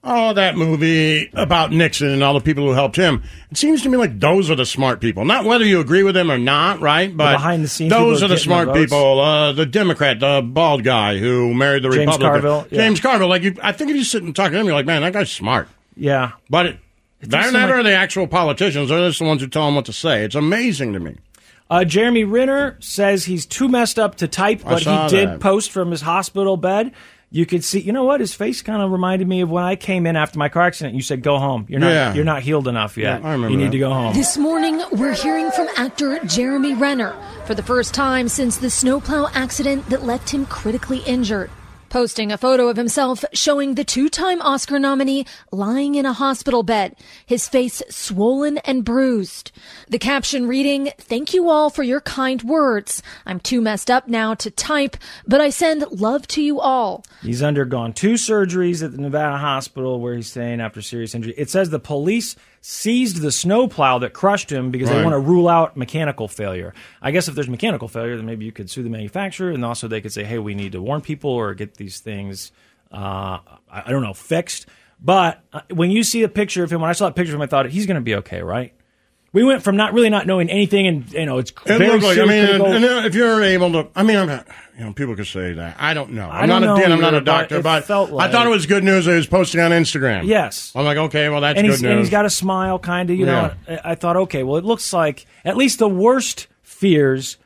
S3: oh that movie about Nixon and all the people who helped him, it seems to me like those are the smart people. Not whether you agree with them or not, right? But
S4: behind the scenes
S3: those
S4: people
S3: are the
S4: getting
S3: smart
S4: the votes.
S3: people. Uh, the Democrat, the bald guy who married the
S4: James
S3: Republican,
S4: Carville, yeah.
S3: James Carville. Like you, I think if you sit and talk to him, you're like, man, that guy's smart.
S4: Yeah.
S3: But it, they're
S4: seem
S3: never
S4: like-
S3: the actual politicians. They're just the ones who tell them what to say. It's amazing to me.
S4: Uh, Jeremy Renner says he's too messed up to type,
S3: I
S4: but he
S3: saw
S4: did
S3: that.
S4: post from his hospital bed. You could see, you know what? His face kind of reminded me of when I came in after my car accident. You said, "Go home. You're not.
S3: Yeah.
S4: You're not healed enough yet.
S3: Yeah, I remember
S4: you need
S3: that.
S4: to go home."
S8: This morning, we're hearing from actor Jeremy Renner for the first time since the snowplow accident that left him critically injured. Posting a photo of himself showing the two time Oscar nominee lying in a hospital bed, his face swollen and bruised. The caption reading, Thank you all for your kind words. I'm too messed up now to type, but I send love to you all.
S4: He's undergone two surgeries at the Nevada hospital where he's staying after serious injury. It says the police seized the snowplow that crushed him because they
S12: Right.
S4: want to rule out mechanical failure. I guess if there's mechanical failure, then maybe you could sue the manufacturer, and also they could say, "Hey, we need to warn people or get these things, uh, I, I don't know, fixed." But uh, when you see a picture of him, when I saw that picture of him, I thought he's going to be okay, right? We went from not really not knowing anything, and you know, it's
S3: It
S4: very
S3: looked like, I
S4: serious,
S3: mean,
S4: critical-
S3: and- and if you're able to, I mean, I'm not, you know, people could say that. I don't know.
S4: I
S3: I'm
S4: don't
S3: not a
S4: know
S3: dentist, I'm not a
S4: either, but
S3: doctor,
S4: it
S3: but
S4: felt
S3: I thought
S4: like-
S3: it was good news that he was posting on Instagram.
S4: Yes.
S3: I'm like, okay, well, that's
S4: and
S3: good
S4: he's,
S3: news.
S4: And he's got a smile, kind of, you know. and I I thought, okay, well, it looks like at least the worst fears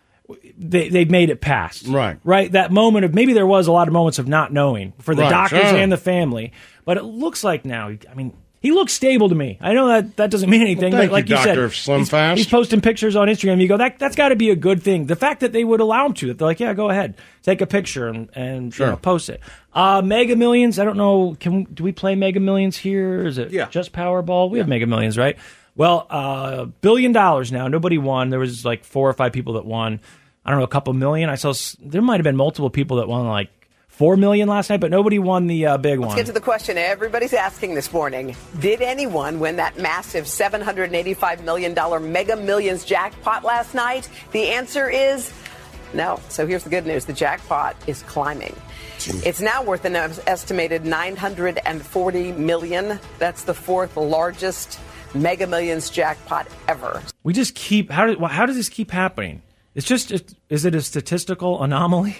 S4: they they made it past. Right, right. That moment of maybe there was a lot of moments of not knowing for the
S3: Right,
S4: doctors
S3: sure.
S4: and the family, but it looks like now. I mean. He looks stable to me. I know that that doesn't mean anything,
S3: Well, thank
S4: but like
S3: you,
S4: you,
S3: Dr.
S4: said,
S3: Slim
S4: he's,
S3: Fast.
S4: he's posting pictures on Instagram. You go that that's got to be a good thing. The fact that they would allow him to, that they're like, yeah, go ahead, take a picture and and you
S3: Sure.
S4: know, post it. Uh, Mega Millions. I don't know. Can do we play Mega Millions here? Is it just Powerball? We have Mega Millions, right? Well, uh, billion dollars now. Nobody won. There was like four or five people that won. I don't know, a couple million. I saw s- there might have been multiple people that won like four million last night, but nobody won the uh, big
S13: Let's
S4: one.
S13: get to the question everybody's asking this morning. Did anyone win that massive $785 million mega millions jackpot last night? The answer is no. So here's the good news the jackpot is climbing. It's now worth an estimated 940 million. That's the fourth largest mega millions jackpot ever.
S4: we just keep how do, how does this keep happening? It's just it- is it a statistical anomaly?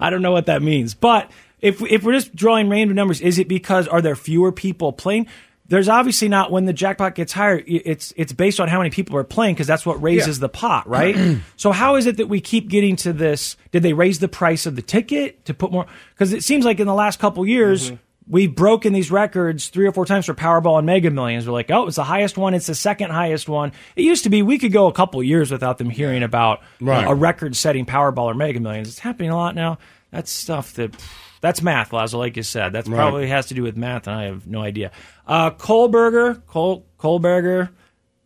S4: I don't know what that means, but if if we're just drawing random numbers, is it because are there fewer people playing? There's obviously not when the jackpot gets higher. i- It's it's based on how many people are playing because that's what raises the pot, right? so how is it that we keep getting to this? Did they raise the price of the ticket to put more? Because it seems like in the last couple years. We've broken these records three or four times for Powerball and Mega Millions. We're like, oh, it's the highest one. It's the second highest one. It used to be we could go a couple years without them hearing about
S3: Right.
S4: a record-setting Powerball or Mega Millions. It's happening a lot now. That's stuff that that's math, Lazo, like you said. That's
S3: Right.
S4: probably has to do with math, and I have no idea. Uh, Kohlberger, Cole, Kohlberger,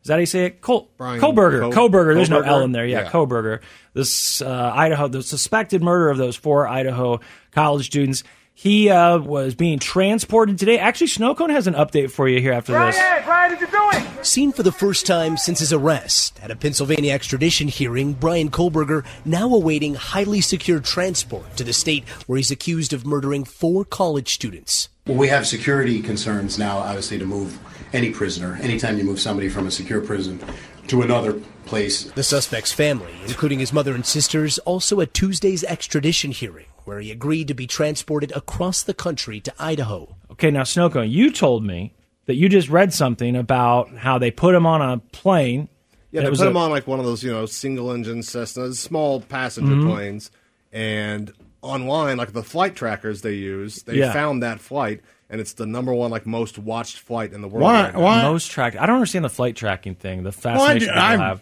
S4: is that how you say it? Cole,
S12: Brian
S4: Kohlberger,
S12: Kohl-
S4: Kohlberger. There's no L
S12: Kohlberger?
S4: in there. Yeah,
S12: Yeah.
S4: Kohlberger. This uh, Idaho, the suspected murder of those four Idaho college students. He uh, was being transported today. Actually, Snowcone has an update for you here after this.
S14: Brian, did you do it? Seen for the first time since his arrest at a Pennsylvania extradition hearing, Brian Kohlberger now awaiting highly secure transport to the state where he's accused of murdering four college students.
S15: Well, we have security concerns now, obviously, to move any prisoner. Anytime you move somebody from a secure prison to another place,
S14: The suspect's family, including his mother and sisters, also at Tuesday's extradition hearing, where he agreed to be transported across the country to Idaho.
S4: Okay, now Snowcone, you told me that you just read something about how they put him on a plane.
S12: Yeah,
S4: and
S12: they
S4: it was
S12: put
S4: a-
S12: him on like one of those, you know, single engine Cessnas, small passenger
S4: Mhm.
S12: planes, and online, like the flight trackers they use, they
S4: Yeah.
S12: found that flight
S5: and it's the number one like most watched flight in the world.
S3: Why-
S5: right now.
S3: why-
S4: Most tracked. I don't understand the flight tracking thing. The
S3: I
S4: fascination
S3: do-
S4: people
S3: I'm-
S4: have.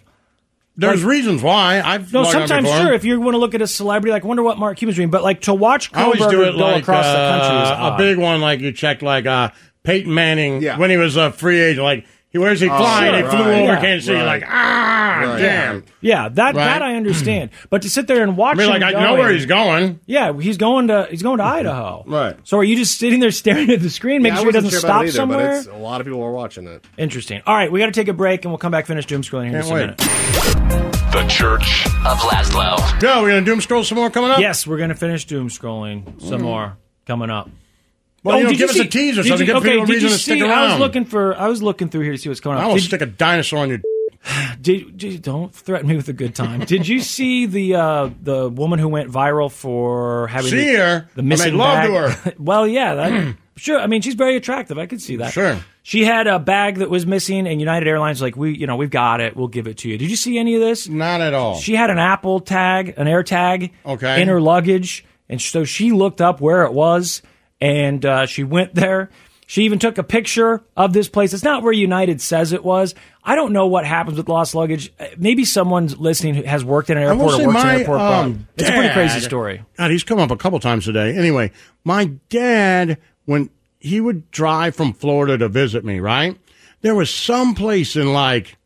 S3: There's
S4: Like-
S3: reasons why. I've
S4: No,
S3: logged on
S4: sometimes
S3: before.
S4: sure. If you want to look at a celebrity, like I wonder what Mark Cuban's doing, but like to watch
S3: I always
S4: Kohlberger
S3: do it
S4: go
S3: like
S4: across the country is
S3: uh, a
S4: odd.
S3: big one, like you checked, like uh, Peyton Manning when he was a free agent. Like he where's he
S4: Oh,
S3: flying?
S4: sure,
S3: he flew
S4: right,
S3: over
S4: yeah,
S3: Kansas City.
S4: right.
S3: Like ah,
S4: Right.
S3: damn.
S4: Yeah, that
S3: Right?
S4: that I understand. But to sit there and watch,
S3: I mean,
S4: him
S3: like I
S4: going,
S3: know where he's going.
S4: Yeah, he's going to he's going to Idaho.
S3: Right.
S4: So are you just sitting there staring at the screen,
S5: Yeah,
S4: making
S5: I
S4: sure it doesn't
S5: wasn't about
S4: stop
S5: it either, but
S4: somewhere?
S5: it's- a lot of people are watching it.
S4: Interesting. All right, we got to take a break, and we'll come back finish doom scrolling here in
S3: Can't
S4: just a
S3: wait.
S4: minute.
S2: The Church
S9: of Laszlo.
S3: Yeah, we're gonna doom scroll some more coming up.
S4: Yes, we're gonna finish doom scrolling some
S3: Mm.
S4: more coming up. Oh,
S3: Well, you know,
S4: did
S3: give us a tease or
S4: did
S3: something.
S4: you-
S3: Give
S4: okay,
S3: people a
S4: did
S3: reason
S4: you
S3: to stick
S4: see- I was
S3: around.
S4: looking for. I was looking through here to see what's going on.
S3: I will
S4: Did-
S3: stick a dinosaur on your.
S4: Did, did- don't threaten me with a good time. Did you see the uh, the woman who went viral for having
S3: See
S4: the,
S3: her?
S4: the missing
S3: I made love
S4: bag?
S3: to her.
S4: well, yeah, that, sure. I mean, she's very attractive. I could see that.
S3: Sure.
S4: She had a bag that was missing, and United Airlines was like we, you know, we've got it. We'll give it to you. Did you see any of this?
S3: Not at all.
S4: She had an Apple tag, an Air tag,
S3: Okay.
S4: in her luggage, and so she looked up where it was, and uh, she went there. She even took a picture of this place. It's not where United says it was. I don't know what happens with lost luggage. Uh, Maybe someone's listening who has worked in an
S3: I will
S4: airport or
S3: say
S4: works in
S3: my,
S4: an airport. but
S3: um,
S4: it's a pretty crazy
S3: dad-
S4: story.
S3: God, he's come up a couple times today. Anyway, my dad, when he would drive from Florida to visit me, right? There was some place in like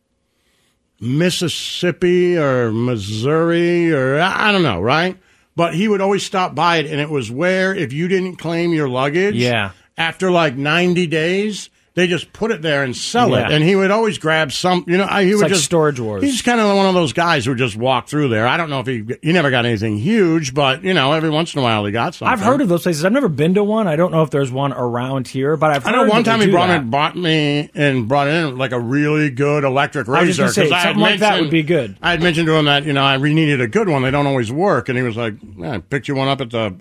S3: Mississippi or Missouri or I I don't know, right? But he would always stop by it, and it was where if you didn't claim your luggage,
S4: Yeah.
S3: after like ninety days. They just put it there and sell
S4: Yeah.
S3: it, and he would always grab some. You know, I- he
S4: It's
S3: would
S4: like
S3: just
S4: storage wars.
S3: He's kind of one of those guys who just walked through there. I don't know if he he never got anything huge, but you know, every once in a while he got something.
S4: I've heard of those places. I've never been to one. I don't know if there's one around here, but I've
S3: I
S4: heard
S3: know one
S4: that they
S3: time he
S4: do
S3: brought
S4: that.
S3: me, bought me and brought in like a really good electric
S4: I was just
S3: razor
S4: gonna say,
S3: I had
S4: something like that
S3: mentioned-
S4: would be good.
S3: I had mentioned to him that you know I re- needed a good one. They don't always work, and he was like, "Yeah, "I picked you one up at the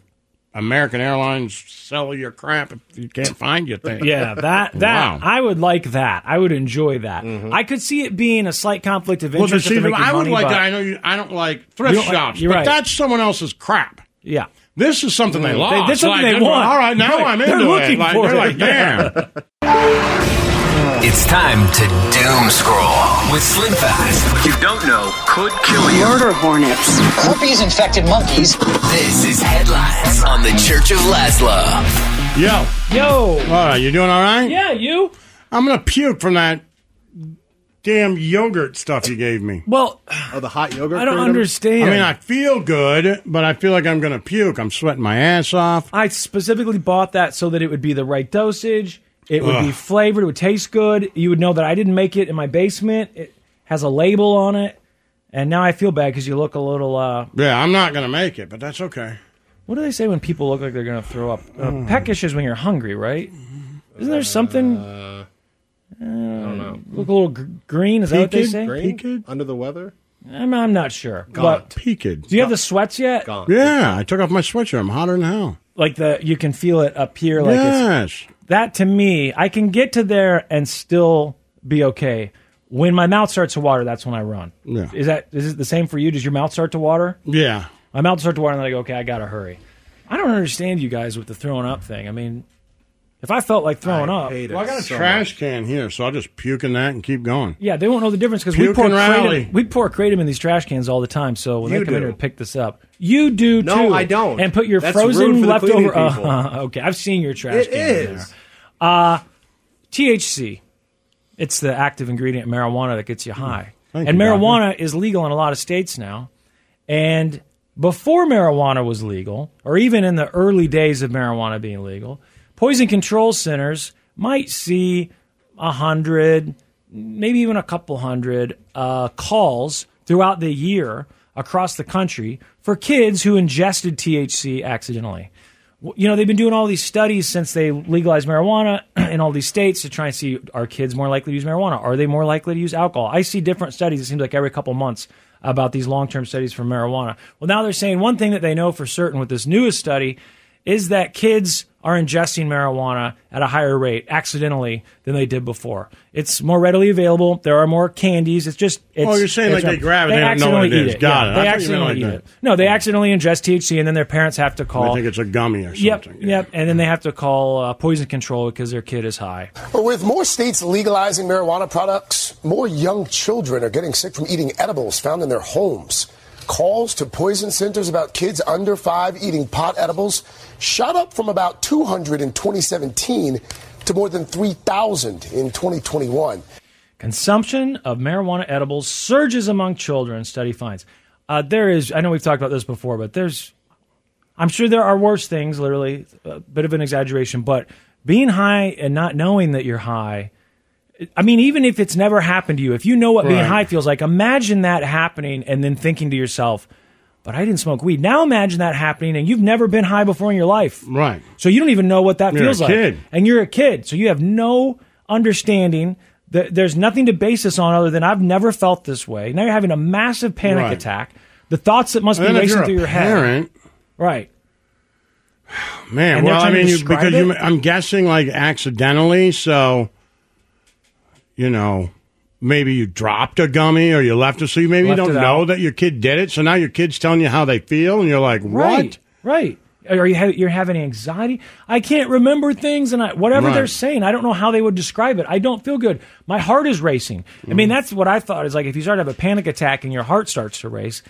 S3: American Airlines. Sell your crap if you can't find your thing."
S4: yeah,
S3: Wow.
S4: that
S3: Mm-hmm.
S4: that I would like that. I would enjoy that. I could see it being a slight conflict of
S3: Well,
S4: interest.
S3: but see,
S4: if they're making
S3: I would
S4: money,
S3: like
S4: but-
S3: that. I know you. I don't like thrift
S4: You don't like-
S3: shops,
S4: you're
S3: but
S4: right.
S3: that's someone else's crap.
S4: Yeah.
S3: This is something they
S4: Mm.
S3: lost.
S4: They- that's something
S3: Like,
S4: they want.
S3: All right, now
S4: Right.
S3: I'm
S4: They're
S3: into it.
S4: looking
S3: Like,
S4: for
S3: they're like,
S4: it.
S3: damn.
S9: It's time to doom scroll with Slim Fast. What you don't know could kill you. Murder hornets, herpes infected monkeys. This is headlines on the Church of Laszlo.
S3: Yo.
S4: Yo.
S5: Uh,
S4: All
S3: right, you doing all right?
S4: Yeah, you?
S3: I'm going to puke from that damn yogurt stuff you gave me.
S4: Well,
S5: oh, the hot yogurt.
S4: I don't
S5: freedom?
S4: understand.
S3: I mean, I feel good, but I feel like I'm going to puke. I'm sweating my ass off.
S4: I specifically bought that so that it would be the right dosage. It would be
S3: Ugh.
S4: flavored. It would taste good. You would know that I didn't make it in my basement. It has a label on it, and now I feel bad because you look a little. Uh,
S3: Yeah, I'm not going to make it, but that's okay.
S4: what do they say when people look like they're going to throw up? Uh,
S5: Mm.
S4: peckish is when you're hungry, right? Isn't there something? I don't
S5: Uh, know.
S4: Look a little gr- green. Is that what they
S3: Peaked?
S4: say?
S5: Green? Under the weather?
S4: I'm, I'm not sure.
S5: Gaunt.
S4: But
S3: Peaked.
S4: do you have the sweats yet?
S3: Yeah, I took off my sweatshirt. I'm hotter than hell.
S4: Like the you can feel it up here. Like
S3: yes.
S4: it's, that to me, I can get to there and still be okay. When my mouth starts to water, that's when I run.
S3: Yeah.
S4: Is that is it the same for you? Does your mouth start to water?
S3: Yeah.
S4: My mouth starts to water, and then I go, okay, I gotta hurry. I don't understand you guys with the throwing up thing. I mean, if I felt like throwing up,
S3: Well, I got a trash can here, so I'll just puke in that and keep going.
S4: Yeah, they won't know the difference because we
S3: Puke
S4: pour
S3: and rally.
S4: kratom, we pour kratom in these trash cans all the time. So when
S3: You
S4: they come in
S3: do.
S4: here and pick this up, you do
S3: No,
S4: too.
S3: I don't.
S4: And put your
S3: That's rude
S4: frozen
S3: for the
S4: leftover.
S3: cleaning people.
S4: Uh, okay, I've seen your trash
S3: It
S4: can. in
S3: is.
S4: There. Uh, THC, it's the active ingredient in marijuana that gets you
S3: Hmm.
S4: high,
S3: Thank
S4: and
S3: you, doctor.
S4: marijuana is legal in a lot of states now. And before marijuana was legal, or even in the early days of marijuana being legal, poison control centers might see a hundred, maybe even a couple hundred uh, calls throughout the year across the country for kids who ingested THC accidentally. W- You know, they've been doing all these studies since they legalized marijuana in all these states to try and see are kids more likely to use marijuana? Are they more likely to use alcohol? I see different studies, it seems like every couple months, about these long term studies for marijuana. Well, now they're saying one thing that they know for certain with this newest study is that kids are ingesting marijuana at a higher rate accidentally than they did before. It's more readily available. There are more candies. It's just. It's,
S3: Oh, you're saying
S4: it's-
S3: like they grab it, they don't know what it
S4: accidentally
S3: is.
S4: eat it.
S3: Got
S4: Yeah,
S3: it. I
S4: They
S3: thought you meant
S4: accidentally
S3: like
S4: eat
S3: that.
S4: it. No, they accidentally ingest THC, and then their parents have to call.
S3: I think it's a gummy or something.
S4: Yep, yep, and then they have to call uh, poison control because their kid is high.
S16: But with more states legalizing marijuana products, more young children are getting sick from eating edibles found in their homes. Calls to poison centers about kids under five eating pot edibles shot up from about 200 in 2017 to more than 3,000 in 2021.
S4: Consumption of marijuana edibles surges among children, study finds. Uh, there is, I know we've talked about this before, but there's, I'm sure there are worse things, literally, a bit of an exaggeration, but being high and not knowing that you're high, I mean, even if it's never happened to you, if you know what being
S17: Right.
S4: high feels like, imagine that happening and then thinking to yourself, but I didn't smoke weed. Now imagine that happening and you've never been high before in your life.
S3: Right.
S4: So you don't even know what that
S3: You're a
S4: feels like.
S3: kid.
S4: And you're a kid. So you have no understanding. Th- There's nothing to base this on other than I've never felt this way. Now you're having a massive panic
S3: Right.
S4: attack. The thoughts that must
S3: And
S4: be
S3: then if
S4: racing
S3: you're
S4: through
S3: a
S4: your
S3: parent-
S4: head. Right.
S3: Man,
S4: And they're
S3: well, I
S4: trying to
S3: mean, you,
S4: describe
S3: because you,
S4: it?
S3: I'm guessing like accidentally, so you know, maybe you dropped a gummy or you left it, so you maybe
S4: Left
S3: you don't
S4: it
S3: know
S4: out.
S3: that your kid did it. So now your kid's telling you how they feel, and you're like, what?
S4: Right. Right. Are you ha- you're having anxiety? I can't remember things, and I, whatever
S3: Right.
S4: they're saying, I don't know how they would describe it. I don't feel good. My heart is racing. I
S3: Mm.
S4: mean, that's what I thought is like if you start to have a panic attack and your heart starts to race,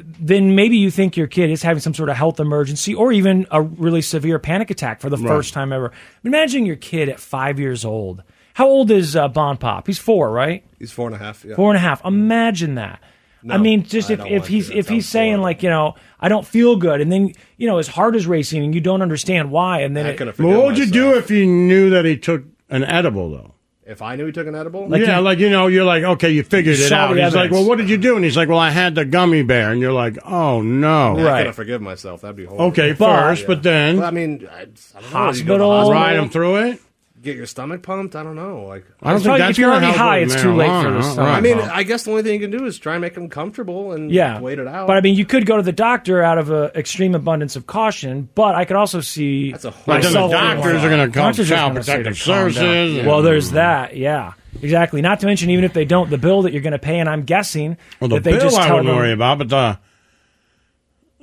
S4: then maybe you think your kid is having some sort of health emergency or even a really severe panic attack for the
S18: Right.
S4: first time ever. Imagine your kid at five years old. How old is uh, Bon Pop? He's four, right?
S5: He's four and a half. Yeah.
S4: Four and a half. Imagine that.
S5: No,
S4: I mean, just
S5: I
S4: if,
S5: don't
S4: if
S5: like
S4: he's
S5: it.
S4: if he's saying like you know I don't feel good, and then you know his heart is racing, and you don't understand why, and then it,
S3: Well, what would you do if you knew that he took an edible though?
S5: If I knew he took an edible,
S3: yeah, like you know, you're like, okay, you figured
S5: You
S3: it
S5: saw
S3: out.
S5: the
S3: He's like,
S5: evidence.
S3: well, what did you do? And he's like, well, I had the gummy bear, and you're like, oh no,
S5: I could have forgive myself. That'd be horrible.
S3: Okay, first, but then-
S5: Well, I mean, I, I don't know. oh, You go to the
S3: Hospital.
S5: hospital,
S3: Ride 'em through it.
S5: Get your stomach pumped. I don't know. Like,
S3: I don't It's think probably- that's if you're gonna already help high, with it's too late for marijuana, the stomach
S5: I mean,
S3: pump.
S5: I guess the only thing you can do is try and make them comfortable and
S4: yeah,
S5: wait it out.
S4: But I mean, you could go to the doctor out of an extreme abundance of caution, but I could also see that's a
S3: But then the doctors are gonna call Child Protective Services and-
S4: Well, there's that. Yeah, exactly. Not to mention, even if they don't, the bill that you're going to pay, and I'm guessing
S3: Well, the
S4: that they
S3: bill
S4: just
S3: I
S4: tell
S3: wouldn't
S4: them-
S3: worry about, but the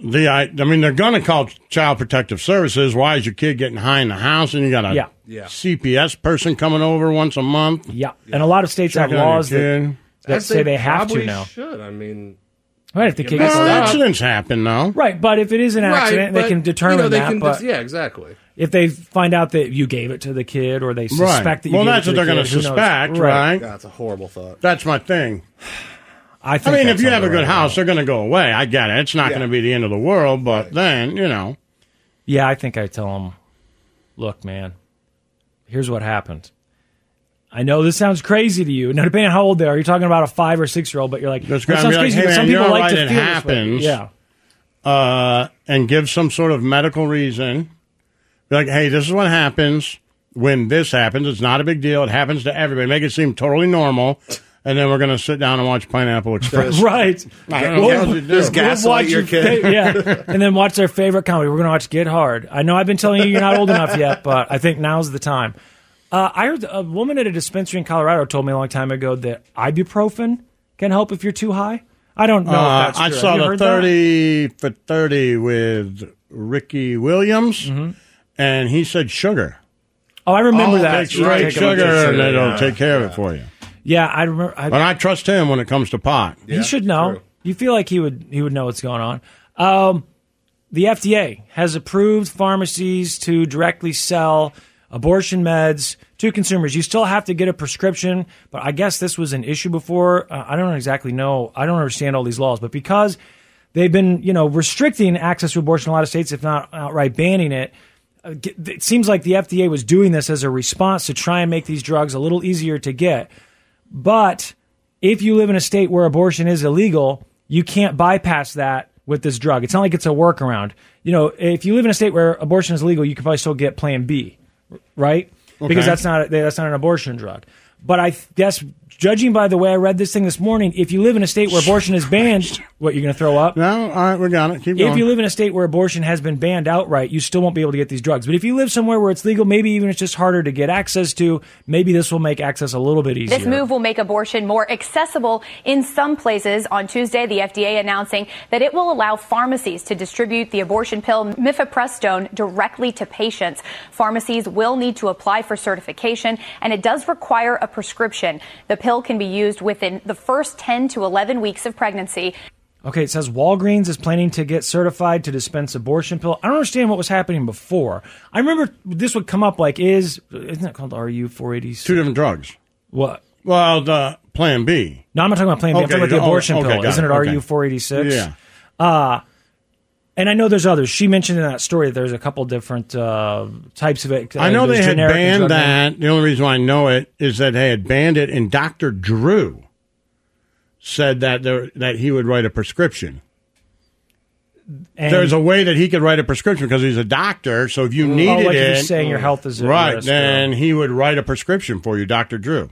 S3: the I, I mean, they're gonna call Child Protective Services. Why is your kid getting high in the house, and you got a
S4: Yeah.
S3: CPS person coming over once a month?
S4: Yeah, and a lot of states have
S3: Checking on your
S4: laws that,
S3: kid.
S4: that
S5: As
S4: say they have to
S5: probably
S4: now.
S5: Should I mean?
S4: Right, if the
S5: You
S4: kid
S5: mess
S4: gets
S5: it
S4: laid
S5: up.
S4: up.
S3: Accidents happen, though.
S4: Right, but if it is an
S5: Right,
S4: accident,
S5: but,
S4: they
S5: you
S4: can
S5: know,
S4: determine
S5: they
S4: that.
S5: can
S4: but
S5: dis- yeah, exactly.
S4: If they find out that you gave it to the kid, or they suspect
S3: Right.
S4: that you
S3: Well,
S4: gave
S3: that's
S4: it
S3: what
S4: to
S3: they're
S4: the
S3: gonna
S4: kid, who knows?
S3: suspect, right? God,
S5: that's a horrible thought.
S3: That's my thing.
S4: I,
S5: think
S3: mean,
S5: that's
S3: if you
S5: on
S3: have
S5: the
S3: a good
S5: right
S3: house, they're gonna go away. I get it. It's not gonna be the end of the world, but then you know.
S4: Yeah, I think I tell them, look, man, here's what happened. I know this sounds crazy to you. Now, depending on how old they are, you're talking about a five or six year old, but you're like, that
S3: It's gonna
S4: sounds
S3: be like,
S4: crazy.
S3: hey,
S4: but
S3: man,
S4: some
S3: you're
S4: people
S3: all
S4: like
S3: right,
S4: to
S3: it
S4: feel this way."
S3: happens.
S4: Yeah,
S3: Uh, and give some sort of medical reason. Be like, hey, this is what happens when this happens. It's not a big deal. It happens to everybody. Make it seem totally normal. And then we're going to sit down and watch Pineapple Express.
S4: right.
S3: I don't know what to do. Just gaslight your kid.
S4: yeah, and then watch their favorite comedy. We're going to watch Get Hard. I know I've been telling you you're not old enough yet, but I think now's the time. Uh, I heard a woman at a dispensary in Colorado told me a long time ago that ibuprofen can help if you're too high. I don't know.
S3: Uh,
S4: if that's
S3: I
S4: true.
S3: saw
S4: Have you
S3: the
S4: heard that?
S3: 30 for 30 with Ricky Williams, and he said sugar.
S4: Oh, I Mm-hmm. remember
S3: Oh,
S4: that.
S3: Take straight
S4: Take a bunch
S3: sugar,
S4: of
S3: and it'll
S4: yeah.
S3: take care of it for you.
S4: Yeah, I remember. I,
S3: But I trust him when it comes to pot.
S4: he should know. You feel like he would he would know what's going on. Um, the FDA has approved pharmacies to directly sell abortion meds to consumers. You still have to get a prescription, but I guess this was an issue before. Uh, I don't exactly know. I don't understand all these laws, but because they've been you know restricting access to abortion in a lot of states, if not outright banning it. uh, get- It seems like the FDA was doing this as a response to try and make these drugs a little easier to get. But if you live in a state where abortion is illegal, you can't bypass that with this drug. It's not like it's a workaround. You know, if you live in a state where abortion is illegal, you can probably still get Plan B, right?
S17: Okay.
S4: Because that's not that's not an abortion drug. But I guess judging by the way I read this thing this morning, if you live in a state where abortion is banned, what you're going to throw up?
S3: No, all right, we got it. Keep going.
S4: If you live in a state where abortion has been banned outright, you still won't be able to get these drugs. But if you live somewhere where it's legal, maybe even it's just harder to get access to. Maybe this will make access a little bit easier.
S17: This move will make abortion more accessible in some places. On Tuesday, the FDA announcing that it will allow pharmacies to distribute the abortion pill mifepristone directly to patients. Pharmacies will need to apply for certification, and it does require a prescription. The pill can be used within the first 10 to 11 weeks of pregnancy.
S4: Okay, it says Walgreens is planning to get certified to dispense abortion pill. I don't understand what was happening before. I remember this would come up like is isn't that called RU 486?
S3: Two different drugs.
S4: What?
S3: Well, the Plan B.
S4: No, I'm not talking about Plan B. I'm
S3: Okay,
S4: talking about the
S3: oh,
S4: abortion
S3: okay,
S4: pill.
S3: got
S4: Isn't it,
S3: it, okay.
S4: RU 486?
S3: Yeah.
S4: Uh, and I know there's others. She mentioned in that story that there's a couple different uh, types of it.
S3: I know
S4: There's
S3: they had
S4: generic and
S3: banned
S4: drug
S3: that.
S4: name.
S3: The only reason why I know it is that they had banned it, and Doctor Drew said that there, that he would write a prescription.
S4: And-
S3: There's a way that he could write a prescription because he's a doctor. So if you
S4: Oh,
S3: needed
S4: like if
S3: it,
S4: you're saying your health is at
S3: right,
S4: risk,
S3: then he would write a prescription for you, Doctor Drew.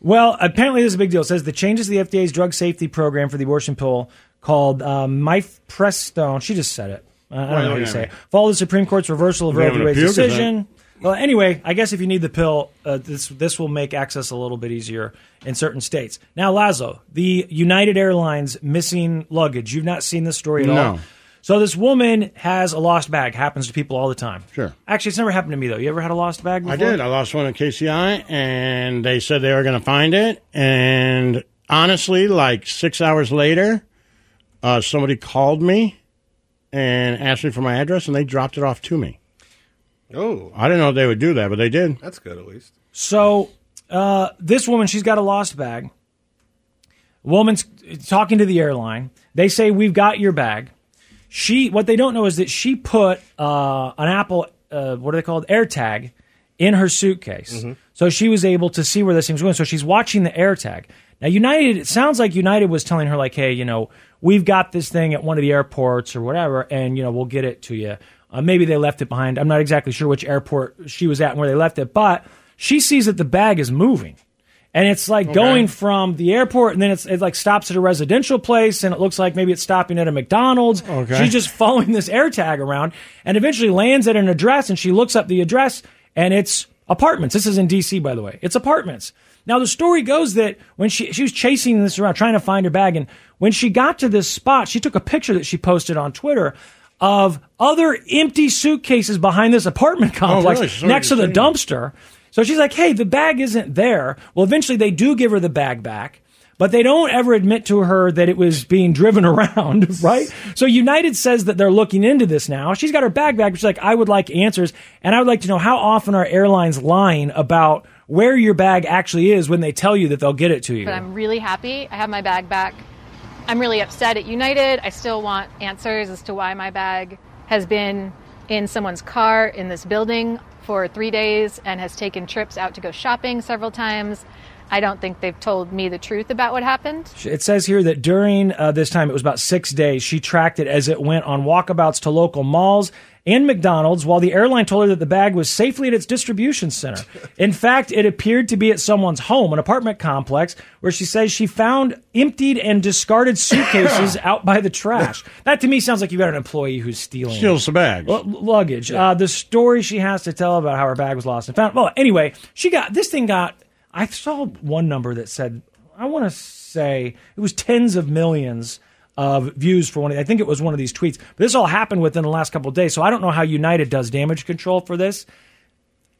S4: Well, apparently this is a big deal. It says the changes to the FDA's drug safety program for the abortion pill called uh, mifepristone. She just said it. Uh, I don't
S3: Wait,
S4: know how
S3: wait,
S4: you
S3: wait.
S4: say it. Follow the Supreme Court's reversal of
S3: They
S4: Roe
S3: have
S4: v.
S3: an
S4: Wade's
S3: appeal, 'cause that-
S4: decision. Well, anyway, I guess if you need the pill, uh, this this will make access a little bit easier in certain states. Now, Lazo, the United Airlines missing luggage. You've not seen this story at all.
S3: No.
S4: So this woman has a lost bag. Happens to people all the time.
S3: Sure.
S4: Actually, it's never happened to me though. You ever had a lost bag? Before?
S3: I did. I lost one at KCI, and they said they were going to find it. And honestly, like six hours later, uh, somebody called me and asked me for my address, and they dropped it off to me.
S5: Oh,
S3: I didn't know they would do that, but they did.
S5: that's good at least.
S4: So uh, this woman, she's got a lost bag. Woman's talking to the airline. They say we've got your bag. She what they don't know is that she put uh, an Apple uh, what are they called AirTag in her suitcase,
S18: Mhm.
S4: so she was able to see where this thing was going. So she's watching the AirTag. Now United, it sounds like United was telling her like, hey, you know, we've got this thing at one of the airports or whatever, and you know we'll get it to you. Uh, maybe they left it behind. I'm not exactly sure which airport she was at and where they left it, but she sees that the bag is moving. And it's like
S19: Okay.
S4: going from the airport, and then it's, it like stops at a residential place, and it looks like maybe it's stopping at a McDonald's.
S19: Okay.
S4: She's just following this air tag around, and eventually lands at an address, and she looks up the address, and it's apartments. This is in D.C. by the way. It's apartments. Now the story goes that when she she was chasing this around, trying to find her bag, and when she got to this spot, she took a picture that she posted on Twitter of other empty suitcases behind this apartment complex
S19: Oh, really? So
S4: next to the
S19: you're saying-
S4: dumpster. So she's like, hey, the bag isn't there. Well, eventually they do give her the bag back, but they don't ever admit to her that it was being driven around, right? So United says that they're looking into this now. She's got her bag back, but she's like, I would like answers, and I would like to know how often are airlines lying about where your bag actually is when they tell you that they'll get it to you.
S20: But I'm really happy. I have my bag back. I'm really upset at United. I still want answers as to why my bag has been in someone's car in this building for three days and has taken trips out to go shopping several times. I don't think they've told me the truth about what happened.
S4: It says here that during uh, this time, it was about six days, she tracked it as it went on walkabouts to local malls and McDonald's, while the airline told her that the bag was safely at its distribution center. In fact, it appeared to be at someone's home, an apartment complex, where she says she found emptied and discarded suitcases out by the trash. That to me sounds like you got an employee who's stealing
S3: Steals the bags.
S4: L- luggage. Uh, the story she has to tell about how her bag was lost and found. Well, anyway, she got this thing got. I saw one number that said I want to say it was tens of millions of views for one. Of, I think it was one of these tweets. But this all happened within the last couple of days, so I don't know how United does damage control for this.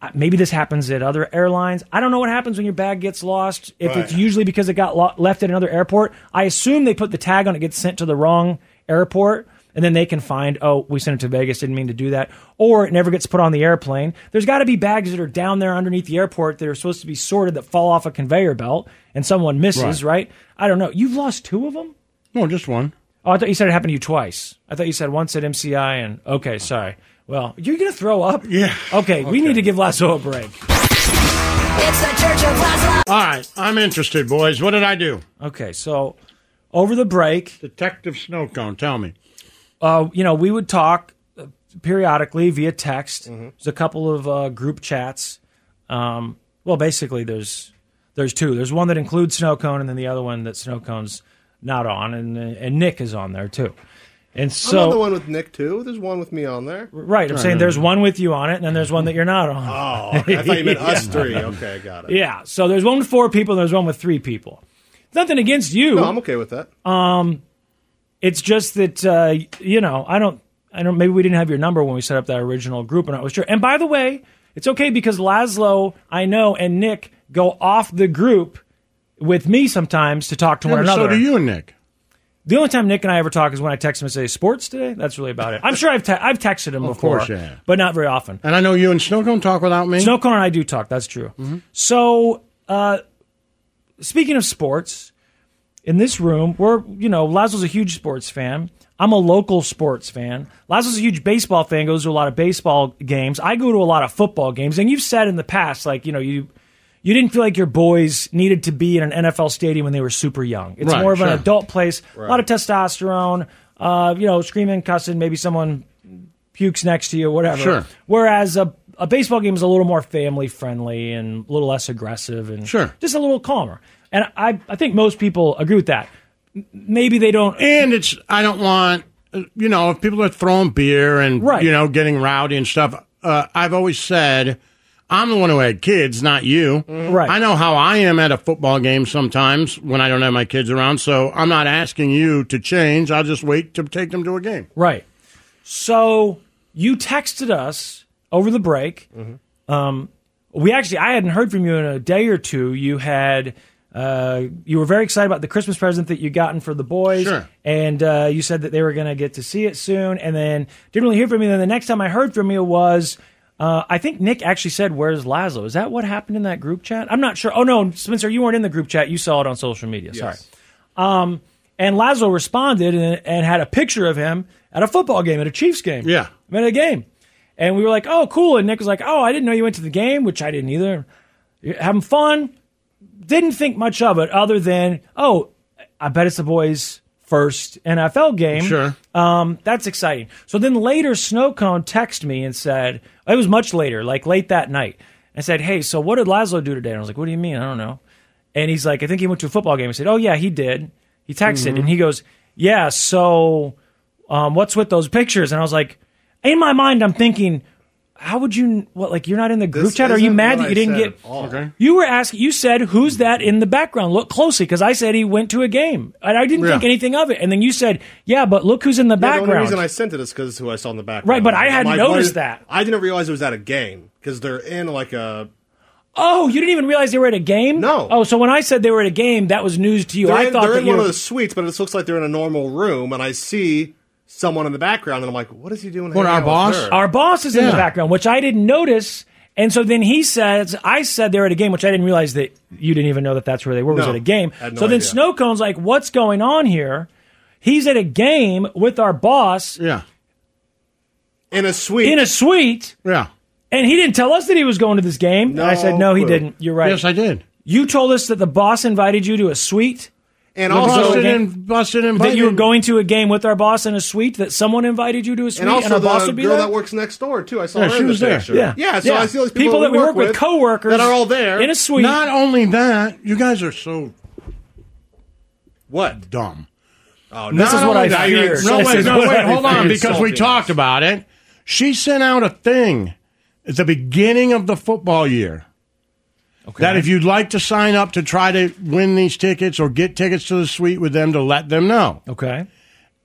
S4: Uh, Maybe this happens at other airlines. I don't know what happens when your bag gets lost. If it's
S19: Right.
S4: usually because it got lo- left at another airport, I assume they put the tag on it gets sent to the wrong airport, and then they can find, oh, we sent it to Vegas, didn't mean to do that, or it never gets put on the airplane. There's got to be bags that are down there underneath the airport that are supposed to be sorted that fall off a conveyor belt, and someone misses, right? I don't know. You've lost two of them.
S3: No, just one.
S4: Oh, I thought you said it happened to you twice. I thought you said once at MCI and okay, sorry. Well, you're gonna throw up. Yeah. Okay, we need to give Lasso a break.
S7: It's the Church of Laszlo.
S3: All right, I'm interested, boys. What did I do?
S4: Okay, so over the break,
S3: Detective Snowcone, tell me.
S4: uh, you know, we would talk uh, periodically via text. There's a couple of uh, group chats. Um, well, basically, there's There's two. There's one that includes snow cone, and then the other one that snow cone's not on, and uh, and Nick is on there too. And so
S5: Another one with Nick too. There's one with me on there.
S4: Right, I'm saying there's one with you on it, and then there's one that you're not on.
S5: Oh, I thought you meant us three. Okay, I got it.
S4: Yeah, so there's one with four people, and there's one with three people. Nothing against you.
S5: No, I'm okay with that.
S4: Um, it's just that uh, you know, I don't, I don't. Maybe we didn't have your number when we set up that original group, and I was sure. And by the way, it's okay because Laszlo, I know, and Nick go off the group with me sometimes to talk to
S3: Yeah,
S4: one
S3: but so
S4: another.
S3: do you and Nick.
S4: The only time Nick and I ever talk is when I text him and say sports today. That's really about it. I'm sure I've te- I've texted him
S3: Of
S4: before,
S3: course you have.
S4: but not very often.
S3: And I know you and Snow Cone talk without me.
S4: Snow Cone and I do talk. That's true.
S21: Mm-hmm.
S4: So, uh, speaking of sports, in this room, we're you know Lazo's a huge sports fan. I'm a local sports fan. Lazo's a huge baseball fan. Goes to a lot of baseball games. I go to a lot of football games. And you've said in the past, like you know you. You didn't feel like your boys needed to be in an NFL stadium when they were super young. It's
S21: Right,
S4: more of
S21: sure.
S4: an adult place. A lot
S21: Right.
S4: of testosterone. Uh, you know, screaming, cussing. Maybe someone pukes next to you, whatever.
S3: Sure.
S4: Whereas a, a baseball game is a little more family friendly and a little less aggressive and sure. just a little calmer. And I, I think most people agree with that. M- Maybe they don't.
S3: And it's I don't want uh, you know if people are throwing beer and you know getting rowdy and stuff. Uh, I've always said I'm the one who had kids, not you.
S4: Mm-hmm.
S3: Right. I know how I am at a football game sometimes when I don't have my kids around. So I'm not asking you to change. I'll just wait to take them to a game.
S4: Right. So you texted us over the break. Um, we actually, I hadn't heard from you in a day or two. You had, uh, you were very excited about the Christmas present that you gotten for the boys,
S3: Sure.
S4: and uh, you said that they were going to get to see it soon. And then didn't really hear from you. Then the next time I heard from you was. Uh, I think Nick actually said, "Where's Laszlo?" Is that what happened in that group chat? I'm not sure. Oh no, Spencer, you weren't in the group chat. You saw it on social media. Sorry. Um, and Lazo responded and, and had a picture of him at a football game, at a Chiefs game. Yeah. I mean, at a game. And we were like, oh, cool. And Nick was like, oh, I didn't know you went to the game, which I didn't either. You're having fun. Didn't think much of it other than, oh, I bet it's the boys' first NFL game. Sure. Um, that's exciting. So then later, Snowcone texted me and said, it was much later, like late that night, and said, hey, so what did Laszlo do today? And I was like, what do you mean? I don't know. And he's like, I think he went to a football game. I said, oh, yeah, he did. He texted
S5: Mm-hmm.
S21: Mhm.
S4: and he goes, yeah, so um, what's with those pictures? And I was like, in my mind, I'm thinking, how would you, what, like you're not in the group
S5: This
S4: chat? Are you
S5: isn't what
S4: mad that
S5: I
S4: you didn't
S5: said
S4: get,
S5: at all. Okay.
S4: you were asking. You said, "Who's that in the background?" Look closely, because I said he went to a game, and I didn't
S5: Yeah.
S4: think anything of it. And then you said, "Yeah, but look who's in the
S5: Yeah, The only
S4: background."
S5: reason I sent it is because who I saw in the background.
S4: Right, but I hadn't
S5: My-
S4: noticed
S5: my-
S4: that.
S5: I didn't realize it was at a game because they're in like a.
S4: oh, you didn't even realize they were at a game. No. Oh, so when I said they were at a game, that was news to you.
S5: They're
S4: I
S5: in,
S4: thought
S5: they're
S4: that
S5: in
S4: you
S5: one
S4: were-
S5: of the suites, but it looks like they're in a normal room, and I see someone in the background, and I'm like, "What is he doing?" hanging out with
S3: Oh,
S5: her?
S4: Our boss is in the background, which I didn't notice. And so then he says, I said they're at a game, which I didn't realize that you didn't even know that that's where they were, was
S21: No,
S4: at a game.
S21: had no
S4: so then
S21: idea.
S4: Snow Cone's like, what's going on here? He's at a game with our boss.
S3: Yeah.
S5: In a suite.
S4: In a suite.
S3: Yeah.
S4: And he didn't tell us that he was going to this game. and I said, no, he
S3: clue.
S4: didn't. You're right.
S3: Yes, I did.
S4: You told us that the boss invited you to a suite.
S5: And
S4: With
S5: also-
S4: us to a
S5: Busted
S4: game?
S5: and-
S4: that you were
S5: invited.
S4: going to a game with our boss in a suite. That someone invited you to a suite,
S5: and also
S4: our
S5: the
S4: boss would be
S5: girl
S4: there.
S5: that works next door too. I saw
S4: Yeah,
S5: her
S4: she
S5: in
S4: was
S5: the
S4: there.
S5: picture.
S4: Yeah.
S5: yeah. So
S4: Yeah.
S5: I see all these people,
S4: People that we work with, coworkers
S5: that are all there
S4: in a suite.
S3: Not only that, you guys are so
S5: what
S3: dumb.
S5: Oh,
S3: Not only that- No, wait, no, wait, hold on, because we
S5: talked.
S3: talked about it. She sent out a thing at the beginning of the football year. That if you'd like to sign up to try to win these tickets or get tickets to the suite with them, to let them know.
S4: Okay.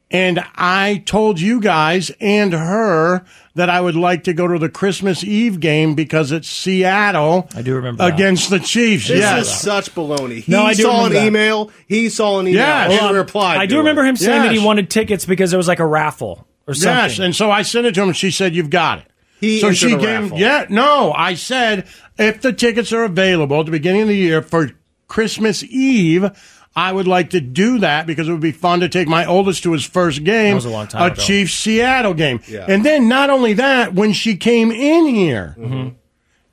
S3: And I told you guys and her that I would like to go to the Christmas Eve game because it's Seattle. I
S4: do remember that.
S3: against the Chiefs.
S5: This
S3: yes,
S5: is such baloney. He
S3: No, I do
S5: saw an
S3: remember that.
S5: email. He saw an email.
S3: Yes.
S5: and
S3: Well,
S5: replied.
S4: Um, I
S5: to
S4: do remember
S5: it.
S4: him saying that he
S3: Yes.
S4: wanted tickets because there was like a raffle or something.
S3: Yes, and so I sent it to him. and She said, "You've got it."
S4: He
S3: so
S4: entered
S3: she
S4: a
S3: gave
S4: raffle.
S3: yeah no. I said if the tickets are available at the beginning of the year for Christmas Eve, I would like to do that because it would be fun to take my oldest to his first game,
S4: That was a long time ago.
S3: Chiefs Seattle game,
S4: Yeah.
S3: and then not only that, when she came in here.
S4: Mm-hmm.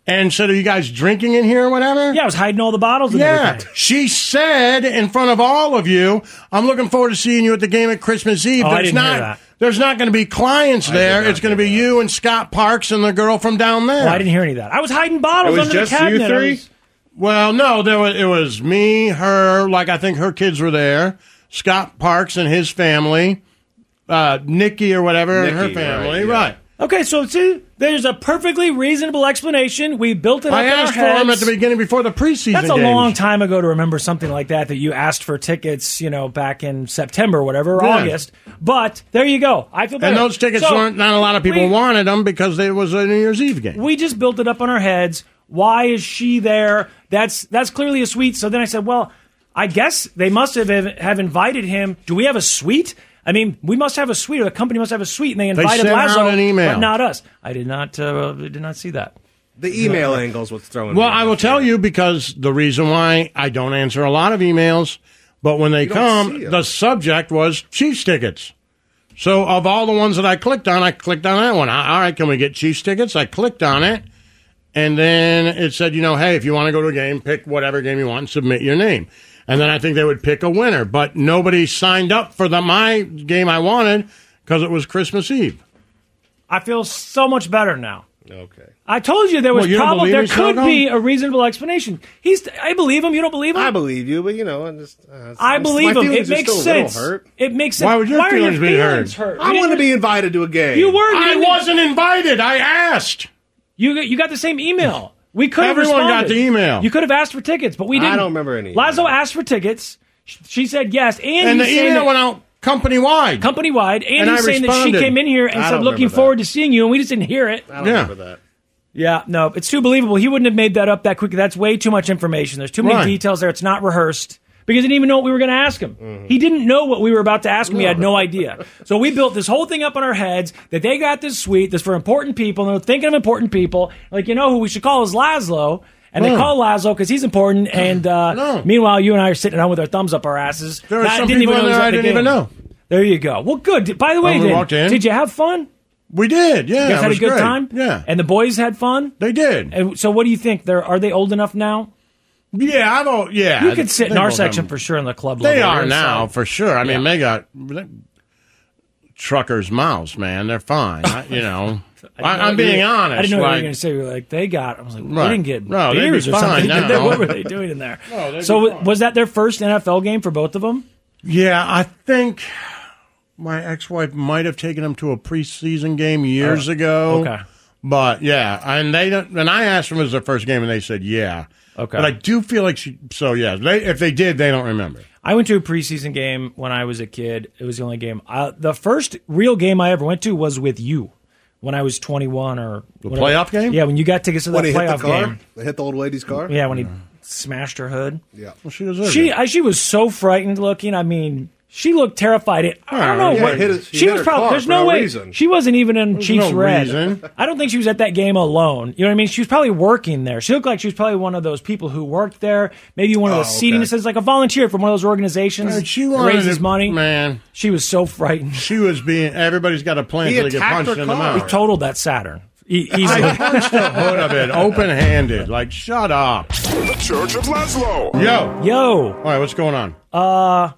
S3: And said, "Are you guys drinking in here or whatever?" Yeah, I
S4: was hiding all the bottles. and
S3: yeah,
S4: everything.
S3: she said in front of all of you, "I'm looking forward to seeing you at the game at Christmas Eve."
S4: Oh, I
S3: There's
S4: didn't
S3: not,
S4: hear that.
S3: There's not going to be clients there. It's going to be you and Scott Parks and the girl from down there.
S4: Well, I didn't hear any of that. I was hiding bottles
S3: It was
S4: under
S3: just
S4: the
S3: you
S4: cabinet. I
S3: three?
S4: was-
S3: Well, no, there was it was me, her, like I think her kids were there, Scott Parks and his family, uh, Nikki or whatever and her
S4: Nikki, right,
S3: family, right?
S4: yeah. Okay, so see, there's a perfectly reasonable explanation. We built it up
S3: I
S4: in our
S3: asked for 'em
S4: heads.
S3: at the beginning before the preseason.
S4: That's a
S3: games.
S4: long time ago to remember something like that. That you asked for tickets, you know, back in September, whatever, or
S3: Yeah.
S4: August. But there you go. I feel better.
S3: And those tickets
S4: So,
S3: weren't. Not a lot of people
S4: we-
S3: wanted them because it was a New Year's Eve game.
S4: We just built it up on our heads. Why is she there? That's that's clearly a suite. So then I said, well, I guess they must have have invited him. Do we have a suite? I mean, we must have a suite, or the company must have a suite, and they
S3: They
S4: invited
S3: sent
S4: Lazo,
S3: out an email.
S4: but not us. I did not uh, did not see that.
S5: The email angles was throwing.
S3: Well,
S5: me.
S3: I will tell you because the reason why I don't answer a lot of emails, but when they come, the subject was Chiefs tickets. So of all the ones that I clicked on, I clicked on that one. I- All right, can we get Chiefs tickets? I clicked on it, and then it said, you know, hey, if you want to go to a game, pick whatever game you want and submit your name. And then I think they would pick a winner, but nobody signed up for the my game I wanted because it was Christmas Eve.
S4: I feel so much better now.
S5: Okay.
S4: I told you there
S3: Well,
S4: was
S3: you don't
S4: problem.
S3: believe
S4: There
S3: me,
S4: could
S3: Snowcone?
S4: be a reasonable explanation. He's. I believe him. You don't believe him.
S5: I believe you, but you know, I just. Uh,
S4: I
S5: my
S4: believe him. It
S5: feelings are
S4: makes
S5: still a little
S4: sense.
S5: hurt.
S4: It makes sense. are your feelings hurt?
S5: I
S4: You
S5: want to
S4: didn't-
S5: be invited to a game.
S4: You were. You
S3: I
S4: didn't-
S3: wasn't invited. I asked.
S4: You got- you got the same email. We could have
S3: Everyone got
S4: responded.
S3: the email.
S4: You could have asked for tickets, but we
S5: I
S4: didn't.
S5: don't remember any
S4: Lazo asked for tickets. Sh- She said yes, and,
S3: And
S4: he's
S3: the
S4: saying
S3: email
S4: that-
S3: went out company wide.
S4: company wide, and,
S3: And
S4: he's
S3: I
S4: saying that
S3: responded.
S4: she came in here and
S3: I
S4: said
S3: don't
S4: looking
S3: remember
S4: forward to seeing you, and we just didn't hear it.
S5: I don't remember that.
S4: Yeah, no, it's too believable. He wouldn't have made that up that quickly. That's way too much information. There's too many
S3: Right.
S4: details there. It's not rehearsed because he didn't even know what we were going to ask him.
S3: Mm-hmm.
S4: He didn't know what we were about to ask him. He had no idea. so we built this whole thing up on our heads that they got this suite that's for important people and they're thinking of important people. Like, you know, who we should call is Laszlo. And they
S3: No.
S4: call Laszlo because he's important. And uh, meanwhile, you and I are sitting down with our thumbs up our asses.
S3: There are
S4: That-
S3: some
S4: didn't
S3: people in
S4: know
S3: there
S4: he's at
S3: I
S4: the
S3: didn't even
S4: game.
S3: know.
S4: There you go. Well, good. By the way,
S3: When we
S4: then,
S3: walked in.
S4: did you have fun?
S3: We did, yeah.
S4: You guys
S3: it
S4: had a
S3: was
S4: good
S3: great.
S4: time?
S3: Yeah.
S4: And the boys had fun?
S3: They did.
S4: And so what do you think? They're, are they old enough now?
S3: Yeah, I've al- yeah.
S4: You could sit in
S3: They
S4: our
S3: both
S4: section
S3: have-
S4: for sure in the club level.
S3: They are
S4: You're
S3: now
S4: inside.
S3: for sure. I mean, they got they- truckers' mouths, man. They're fine. I, you know,
S4: I didn't
S3: I,
S4: know
S3: I'm
S4: what you
S3: being
S4: were-
S3: honest.
S4: I didn't know what you were
S3: like,
S4: going to say. You were like, they got. I was like,
S3: Right.
S4: they didn't get
S3: No, they'd be
S4: beers or
S3: fine
S4: something. did they?
S3: now.
S4: What were they doing in there?
S3: No, they'd be
S4: so w-
S3: fine.
S4: was that their first NFL game for both of them?
S3: yeah, I think my ex-wife might have taken them to a preseason game years
S4: Uh,
S3: ago.
S4: okay.
S3: But yeah, and they don't. And I asked them was their first game, and they said yeah.
S4: Okay.
S3: But I do feel like she. So yeah, they, if they did, they don't remember.
S4: I went to a preseason game when I was a kid. It was the only game. I, the first real game I ever went to was with you when I was 21 or the
S3: playoff game?
S4: Yeah, when you got tickets to that
S5: When he hit the
S4: playoff
S5: car,
S4: game.
S5: they hit the old lady's car.
S4: Yeah, when he
S3: Mm.
S4: smashed her hood.
S5: Yeah.
S3: Well, she deserved
S4: She
S3: it.
S4: I, she was so frightened looking. I mean, she looked terrified. It, I don't know
S5: Yeah,
S4: what
S5: hit his-
S4: she,
S5: he hit
S4: was.
S5: her
S4: Probably
S5: car
S4: there's
S5: for
S4: no
S5: no
S4: way
S5: reason.
S4: she wasn't even in Chiefs
S3: no
S4: red.
S3: reason.
S4: I don't think she was at that game alone. You know what I mean? She was probably working there. She looked like she was probably one of those people who worked there. Maybe one of
S3: Oh,
S4: those seating
S3: okay.
S4: assistants, like a volunteer from one of those organizations.
S3: Man, she
S4: that
S3: wanted
S4: raises
S3: to-
S4: money.
S3: man.
S4: She was so frightened.
S3: She was being. Everybody's got a plan
S5: He
S3: until they get
S5: attacked
S3: punched
S5: her
S3: in the
S5: car.
S3: mouth.
S4: We totaled that Saturn e- easily.
S3: punched the hood of it open handed. Like, shut up.
S21: The Church of Laszlo.
S3: Yo.
S4: Yo.
S3: All right, what's going on?
S4: Uh,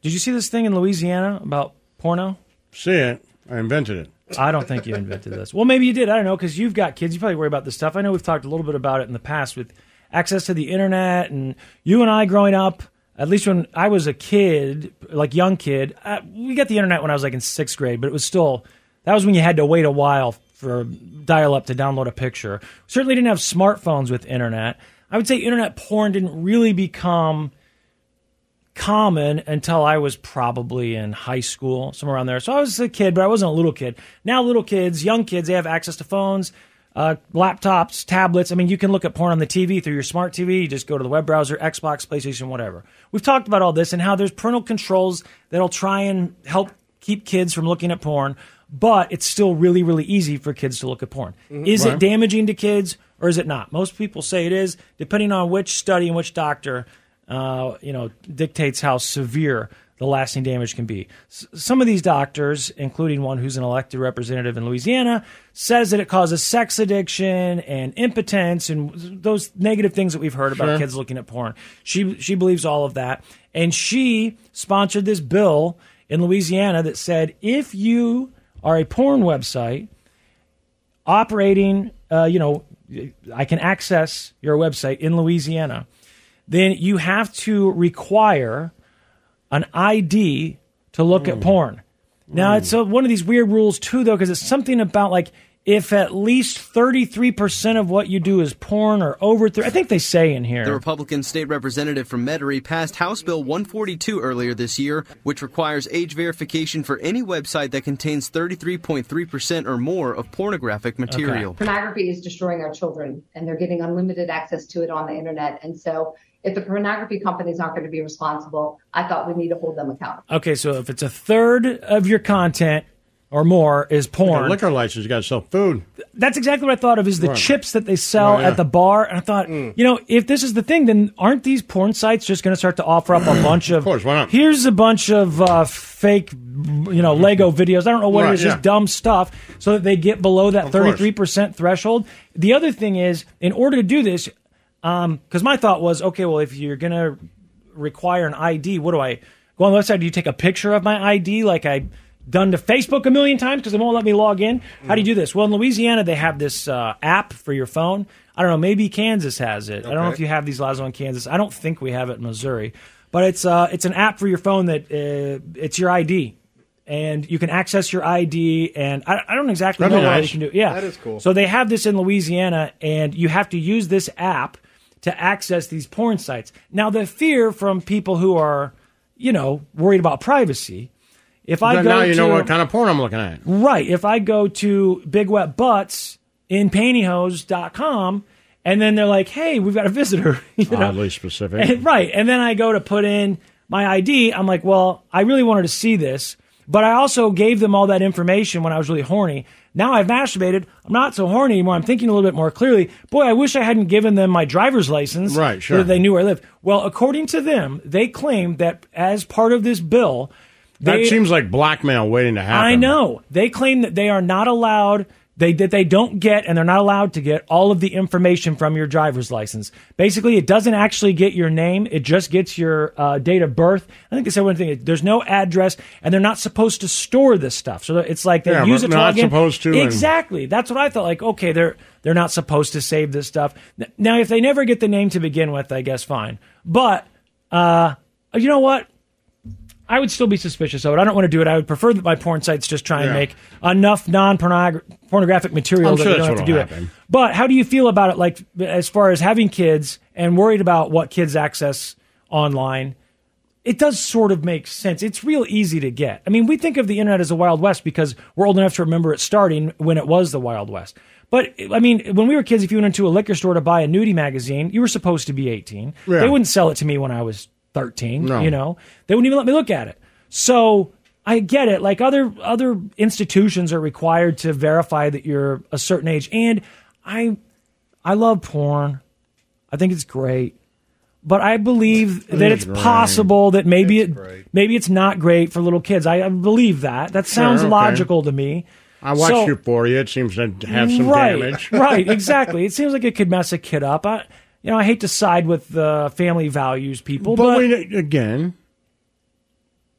S4: did you see this thing in Louisiana about porno?
S3: See it. I invented it.
S4: I don't think you invented this. Well, maybe you did. I don't know because you've got kids. You probably worry about this stuff. I know we've talked a little bit about it in the past with access to the internet and you and I growing up. At least when I was a kid, like young kid, uh, we got the internet when I was like in sixth grade, but it was still that was when you had to wait a while for dial up to download a picture. Certainly didn't have smartphones with internet. I would say internet porn didn't really become common until I was probably in high school, somewhere around there. So I was a kid, but I wasn't a little kid. Now, little kids, young kids, they have access to phones, uh, laptops, tablets. I mean, you can look at porn on the TV through your smart TV. You just go to the web browser, Xbox, PlayStation, whatever. We've talked about all this and how there's parental controls that'll try and help keep kids from looking at porn, but it's still really, really easy for kids to look at porn. Is it
S3: Right.
S4: damaging to kids or is it not? Most people say it is, depending on which study and which doctor, uh, you know, dictates how severe the lasting damage can be. S- some of these doctors, including one who's an elected representative in Louisiana, says that it causes sex addiction and impotence and those negative things that we've heard about
S3: Sure.
S4: kids looking at porn. She she believes all of that, and she sponsored this bill in Louisiana that said if you are a porn website operating, uh, you know, I can access your website in Louisiana, then you have to require an ID to look at porn. Now it's uh one of these weird rules too, though, because it's something about like if at least thirty three percent of what you do is porn or over. Th- I think they say in here
S22: The Republican state representative from Metairie passed House Bill 142 earlier this year, which requires age verification for any website that contains 33.3% or more of pornographic material.
S23: Pornography is destroying our children, and they're getting unlimited access to it on the internet. And so, if the pornography companies aren't going to be responsible, I thought we need to hold them accountable.
S4: Okay, so if it's a third of your content or more is porn,
S3: a liquor license, you got to sell food.
S4: that's exactly what I thought of is the
S3: Right.
S4: chips that they sell
S3: Oh, yeah.
S4: at the bar. And I thought, you know, if this is the thing, then aren't these porn sites just going to start to offer up a bunch of, course, why not? here's a bunch of uh, fake, you know, Lego videos. I don't know what
S3: Right,
S4: it is,
S3: yeah.
S4: just dumb stuff so that they get below that 33% threshold. The other thing is, in order to do this, because my thought was, okay, well, if you're going to require an ID, what do I go on the website? Do you take a picture of my ID like I done to Facebook a million times because they won't let me log in? How do you do this? Well, in Louisiana, they have this uh, app for your phone. I don't know. Maybe Kansas has it. I don't know
S18: Okay.
S4: if you have these laws in Kansas. I don't think we have it in Missouri, but it's uh, it's an app for your phone that uh, it's your ID. And you can access your ID, and I, I don't exactly
S5: That'd
S4: know
S5: be
S4: what
S5: nice.
S4: you can do. Yeah,
S5: That is cool.
S4: So they have this in Louisiana, and you have to use this app to access these porn sites. Now, the fear from people who are, you know, worried about privacy. If I
S3: Then
S4: go
S3: now you
S4: to,
S3: know what kind of porn I'm looking at.
S4: Right. If I go to Big Wet Butts in pantyhose.com and then they're like, hey, we've got a visitor. you know?
S3: Oddly specific.
S4: And- right. And then I go to put in my ID. I'm like, well, I really wanted to see this, but I also gave them all that information when I was really horny. Now I've masturbated. I'm not so horny anymore. I'm thinking a little bit more clearly. Boy, I wish I hadn't given them my driver's license.
S3: Right, sure.
S4: so that they knew where I lived. Well, according to them, they claim that as part of this bill,
S3: that
S4: they-
S3: seems like blackmail waiting to happen.
S4: I know. They claim that they are not allowed they that they don't get and they're not allowed to get all of the information from your driver's license. Basically, it doesn't actually get your name; it just gets your uh, date of birth. I think they said one thing: there's no address, and they're not supposed to store this stuff. So it's like they
S3: Yeah,
S4: use
S3: but
S4: it to
S3: not
S4: log in.
S3: supposed to, and-
S4: Exactly. That's what I thought. Like, okay, they're they're not supposed to save this stuff. N- Now, if they never get the name to begin with, I guess fine. But uh, you know what? I would still be suspicious of it. I don't want to do it. I would prefer that my porn sites just try and
S3: Yeah.
S4: make enough non pornographic material
S3: I'm
S4: that
S3: sure
S4: we don't
S3: that's
S4: have to do
S3: what'll
S4: it.
S3: happen.
S4: But how do you feel about it? Like as far as having kids and worried about what kids access online, it does sort of make sense. It's real easy to get. I mean, we think of the internet as a wild west because we're old enough to remember it starting when it was the wild west. But I mean, when we were kids, if you went into a liquor store to buy a nudie magazine, you were supposed to be 18.
S3: Yeah.
S4: They wouldn't sell it to me when I was 13.
S3: No.
S4: You know, they wouldn't even let me look at it. So I get it. Like other other institutions are required to verify that you're a certain age, and I I love porn. I think it's great, but I believe that it's
S3: It's great.
S4: possible that maybe it maybe it's not great for little kids. I, I believe that. That sounds
S3: Sure, okay.
S4: logical to me.
S3: I watched
S4: So-
S3: Euphoria. It seems to have some
S4: right,
S3: damage.
S4: right, exactly. It seems like it could mess a kid up. I, you know, I hate to side with the family values people,
S3: but,
S4: but,
S3: we, again,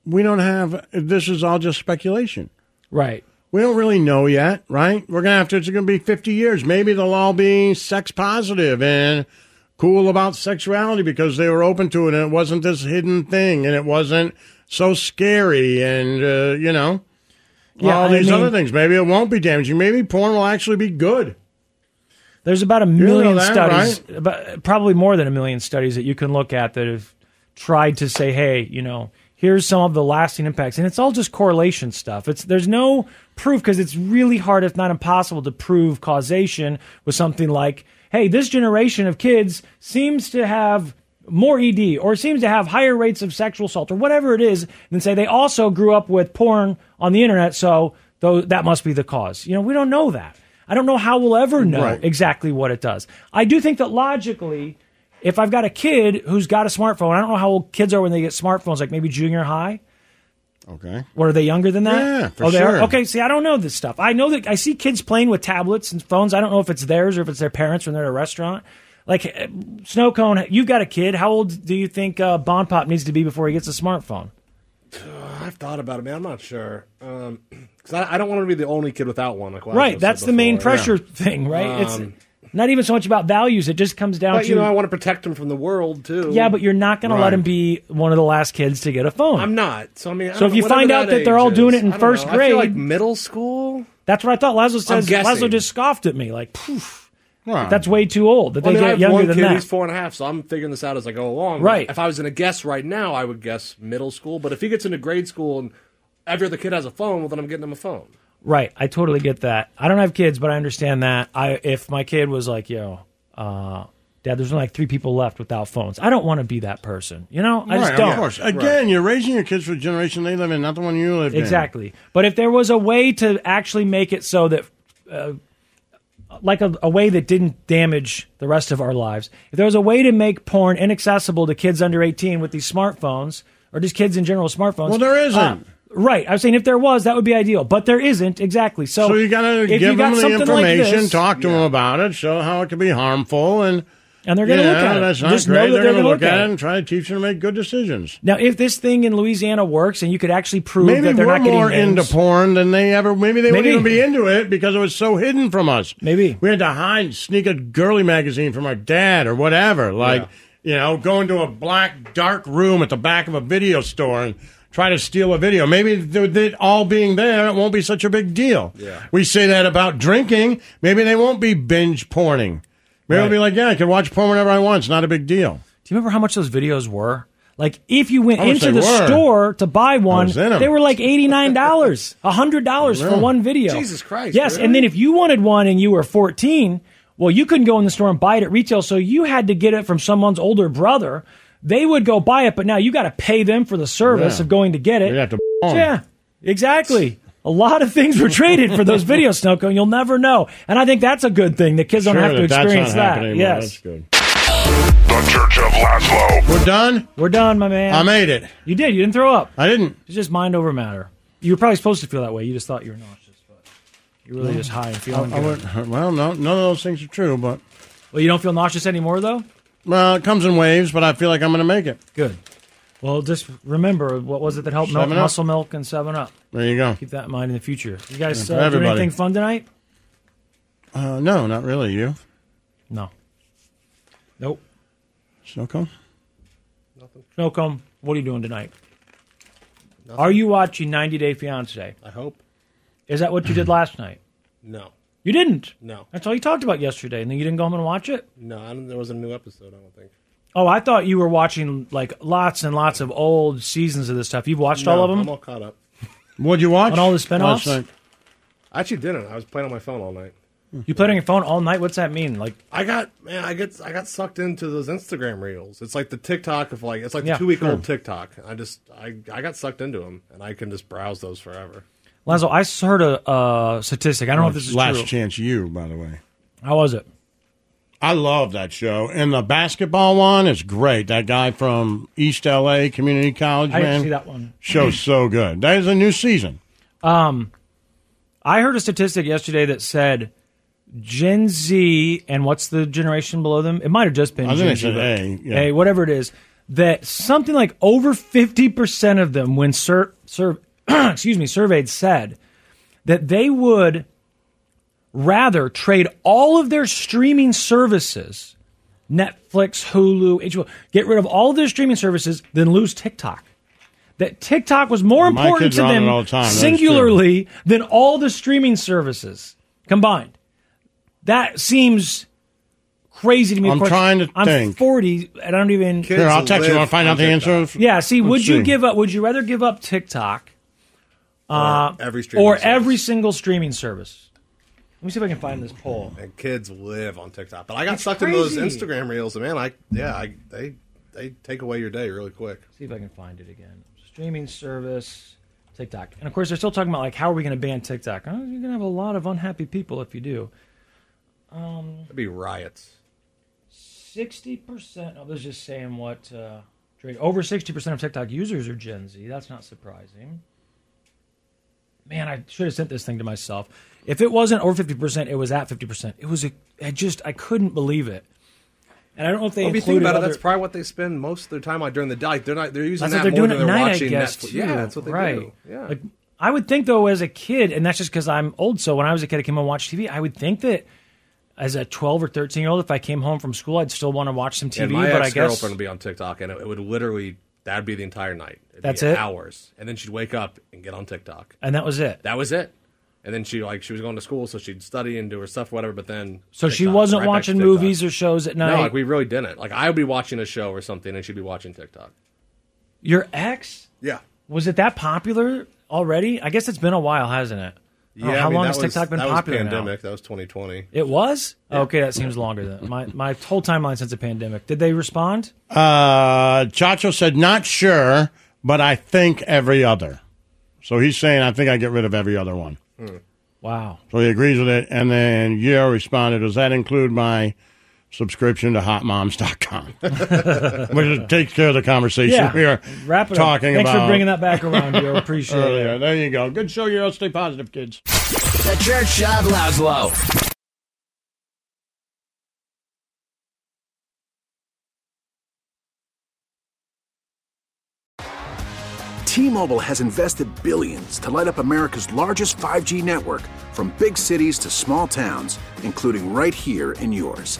S3: we don't have. This is all just speculation,
S4: right?
S3: We don't really know yet, right? We're gonna have to. It's gonna be fifty years. Maybe they'll all be sex positive and cool about sexuality because they were open to it, and it wasn't this hidden thing, and it wasn't so scary, and uh, you know,
S4: Yeah,
S3: all
S4: I
S3: these other
S4: mean-
S3: things. Maybe it won't be damaging. Maybe porn will actually be good.
S4: There's about a
S3: know
S4: million
S3: that,
S4: studies, about, probably more than a million studies that you can look at that have tried to say, hey, you know, here's some of the lasting impacts, and it's all just correlation stuff. It's there's no proof because it's really hard, if not impossible, to prove causation with something like, hey, this generation of kids seems to have more ED or seems to have higher rates of sexual assault or whatever it is, and say they also grew up with porn on the internet, so tho- that must be the cause. You know, we don't know that. I don't know how we'll ever know
S3: Right.
S4: exactly what it does. I do think that logically, if I've got a kid who's got a smartphone, I don't know how old kids are when they get smartphones, like maybe junior high.
S3: Okay.
S4: What are they younger than that?
S3: Yeah, for
S4: oh, they are.
S3: sure.
S4: Okay, see, I don't know this stuff. I know that I see kids playing with tablets and phones. I don't know if it's theirs or if it's their parents when they're at a restaurant. Like eh, snow cone, you've got a kid. How old do you think uh, Bon Pop needs to be before he gets a smartphone?
S5: I've thought about it, man. I'm not sure Um, because I, I don't want to be the only kid without one. Like
S4: right, that's the main pressure thing, right? it's Not even so much about values. It just comes down
S5: Um, But
S4: to
S5: you know, I want to protect him from the world too.
S4: yeah, but you're not going to let him be one of the last kids to get a phone.
S5: I'm not. So I mean, I
S4: So
S5: don't
S4: if
S5: know,
S4: you
S5: whatever
S4: find out that they're all
S5: age
S4: doing
S5: is.
S4: it in
S5: I don't know.
S4: first
S5: I feel like
S4: grade-
S5: middle school.
S4: That's what I thought. Lazo says.
S5: guessing.
S4: Lazo just scoffed at me, like, poof,
S5: Right.
S4: that's way too old. That
S5: Well, I
S4: they
S5: mean, I
S4: get
S5: have
S4: younger
S5: one
S4: than
S5: kid
S4: that.
S5: who's four and a half, so I'm figuring this out as I go along.
S4: Right.
S5: If I was going to guess right now, I would guess middle school. But if he gets into grade school and every other kid has a phone, well, then I'm getting him a phone.
S4: Right. I totally get that. I don't have kids, but I understand that. I if my kid was like, yo, uh, dad, there's only like three people left without phones. I don't want to be that person. You know, I just
S3: Right,
S4: don't.
S3: Of course. Again, you're raising your kids for the generation they live in, not the one you lived in.
S4: Exactly. But if there was a way to actually make it so that, uh, like a, a way that didn't damage the rest of our lives, if there was a way to make porn inaccessible to kids under 18 with these smartphones, or just kids in general with smartphones.
S3: Well, there isn't.
S4: uh, right. I was saying if there was, that would be ideal. But there isn't. Exactly. So,
S3: So you gotta
S4: if you
S3: give them the
S4: something like
S3: information,
S4: this-
S3: talk to them about it, show how it can be harmful, and
S4: And they're gonna
S3: yeah,
S4: look at it.
S3: That's not
S4: Just know
S3: great.
S4: that
S3: they're,
S4: they're
S3: gonna
S4: gonna
S3: look
S4: look
S3: at
S4: at
S3: it
S4: it.
S3: and try to teach them to make good decisions.
S4: Now, if this thing in Louisiana works and you could actually prove
S3: Maybe
S4: that they're
S3: we're
S4: not getting
S3: more into
S4: names-
S3: porn than they ever. Maybe they
S4: Maybe.
S3: wouldn't even be into it because it was so hidden from us.
S4: Maybe
S3: we had to hide, sneak a girly magazine from our dad or whatever. Like you know, go into a black dark room at the back of a video store and try to steal a video. Maybe th- that all being there, it won't be such a big deal.
S5: Yeah.
S3: We say that about drinking. Maybe they won't be binge porning. Maybe
S4: Right.
S3: they'll be like, yeah, I can watch porn whenever I want. It's not a big deal.
S4: Do you remember how much those videos were? Like if you went
S3: How much
S4: into
S3: they
S4: the
S3: were.
S4: store to buy one,
S3: was in 'em.
S4: they were like eighty nine dollars, hundred dollars for
S3: Really?
S4: one video.
S3: Jesus Christ,
S4: Yes,
S3: really?
S4: and then if you wanted one and you were fourteen, well, you couldn't go in the store and buy it at retail, so you had to get it from someone's older brother. They would go buy it, but now you got to pay them for the service
S3: Yeah.
S4: of going to get it.
S3: You have to.
S4: Yeah, exactly. A lot of things were traded for those videos, Snowco, and you'll never know. And I think that's a good thing that kids
S3: Sure,
S4: don't have to
S3: that that's not
S4: experience that.
S3: happening, but
S4: Yes.
S3: that's good.
S21: The Church of Laszlo.
S3: We're done.
S4: We're done, my man.
S3: I made it.
S4: You did. You didn't throw up.
S3: I didn't.
S4: It's just mind over matter. You were probably supposed to feel that way. You just thought you were nauseous, but you're really just high and feeling
S3: I- I
S4: good.
S3: would- well, no, none of those things are true, but
S4: Well, you don't feel nauseous anymore, though.
S3: well, it comes in waves. But I feel like I'm going to make it.
S4: Good. Well, just remember what was it that helped milk,
S3: Seven Up.
S4: muscle milk and Seven Up.
S3: There you go.
S4: Keep that in mind in the future. You
S3: Yeah,
S4: guys
S3: for
S4: uh, doing
S3: everybody.
S4: anything fun tonight?
S3: Uh, no, not really. You?
S4: No. Nope.
S3: Snowcone?
S4: No, come. What are you doing tonight? Are you watching 90 Day Fiance?
S5: I hope.
S4: Is that what you did last night?
S5: No,
S4: You didn't.
S5: no,
S4: That's all you talked about yesterday, and then you didn't go home and watch it.
S5: no. I don't, there wasn't a new episode. I don't think.
S4: Oh, I thought you were watching like lots and lots of old seasons of this stuff. You've watched all
S5: No,
S4: of them.
S5: I'm all caught up.
S3: What'd you watch?
S4: On all the spinoffs?
S3: Last night.
S5: I actually didn't. I was playing on my phone all night.
S4: You played on your phone all night. What's that mean? Like,
S5: I got man, I get I got sucked into those Instagram reels. It's like the TikTok of like it's like
S4: Yeah,
S5: the two week old
S4: sure.
S5: TikTok. I just I I got sucked into them, and I can just browse those forever.
S4: Lazo, I s- heard a uh, statistic. I don't know if this is
S3: Last
S4: true.
S3: Chance You, by the way.
S4: How was it?
S3: I love that show, and the basketball one is great. That guy from East LA Community College,
S4: I didn't
S3: man,
S4: see that one.
S3: Show's so good. That is a new season.
S4: Um, I heard a statistic yesterday that said Gen Z and what's the generation below them? It might have just been
S3: I think
S4: Gen
S3: they
S4: Z,
S3: said
S4: but-
S3: A, yeah.
S4: A, whatever it is. That something like over fifty percent of them, when sur- sur- excuse me, surveyed, said that they would rather trade all of their streaming services, Netflix, Hulu, HBO, get rid of all of their streaming services than lose TikTok. That TikTok was more
S3: My
S4: important
S3: kids
S4: to
S3: are on
S4: them
S3: it all the time, that is true.
S4: singularly than all the streaming services combined. That seems crazy to me. Of
S3: I'm
S4: course,
S3: trying to
S4: I'm
S3: think.
S4: 40. I don't even.
S3: Here, I'll text you. Want to find out the answer?
S4: Yeah. See,
S3: Let's
S4: would you
S3: see.
S4: give up? Would you rather give up TikTok, uh,
S5: every streaming
S4: or
S5: service.
S4: every single streaming service? Let me see if I can find this poll.
S5: And kids live on TikTok, but I got
S4: It's
S5: sucked into those
S4: crazy.
S5: Instagram reels, and man, I yeah, I, they they take away your day really quick.
S4: See if I can find it again. Streaming service, TikTok, and of course they're still talking about like how are we going to ban TikTok? Oh, you're going to have a lot of unhappy people if you do. Um,
S5: That'd be riots.
S4: sixty percent. I was just saying what uh, Drake. Over sixty percent of TikTok users are Gen Z. That's not surprising. Man, I should have sent this thing to myself. If it wasn't over fifty percent, it was at fifty percent. It was a. I just I couldn't believe it. And I don't know if they
S5: Well, if you think
S4: included
S5: about it,
S4: other-
S5: that's probably what they spend most of their time on during the day. Like, They're not. They're using
S4: that's what
S5: that
S4: they're
S5: more
S4: doing
S5: than
S4: at
S5: they're
S4: night, I
S5: watching
S4: guess.
S5: Netflix.
S4: too.
S5: Yeah, that's what they
S4: right.
S5: do. Yeah.
S4: Like, I would think though, as a kid, and that's just because I'm old. So when I was a kid, I came and watched TV. I would think that as a 12 or 13 year old, if I came home from school, I'd still want to watch some TV.
S5: and my
S4: but I
S5: ex
S4: guess
S5: girlfriend would be on TikTok, and it, it would literally that'd be the entire night. It'd
S4: That's
S5: be
S4: it?
S5: Hours, and then she'd wake up and get on TikTok.
S4: And that was it?
S5: That was it. And then she like she was going to school, so she'd study and do her stuff, whatever. But then
S4: So she
S5: TikTok, right
S4: wasn't
S5: back to
S4: watching
S5: TikTok.
S4: movies or shows at night.
S5: No, like we really didn't. Like I would be watching a show or something, and she'd be watching TikTok.
S4: Your ex?
S5: Yeah.
S4: Was it that popular already? I guess it's been a while, hasn't it? I don't know,
S5: I
S4: how
S5: mean,
S4: long
S5: that
S4: has
S5: was-
S4: TikTok been
S5: that
S4: popular
S5: Was
S4: now?
S5: pandemic. That was 2020.
S4: It was okay. That seems longer than my my whole timeline since the pandemic. Did they respond?
S3: Uh, Chacho said, not sure, but I think every other. So he's saying, I think I get rid of every other one.
S4: Wow.
S3: So he agrees with it. And then Yeo responded, Does that include my subscription to hotmoms.com? Which takes care of the conversation
S4: Yeah.
S3: we are
S4: Wrap it up.
S3: talking
S4: Thanks for
S3: about.
S4: bringing that back around, Yeo. Appreciate it.
S5: Oh,
S3: Earlier. There you go. Good show, Yeo. Stay positive, kids.
S9: The Church of Laszlo.
S24: T-Mobile has invested billions to light up America's largest 5G network from big cities to small towns, including right here in yours.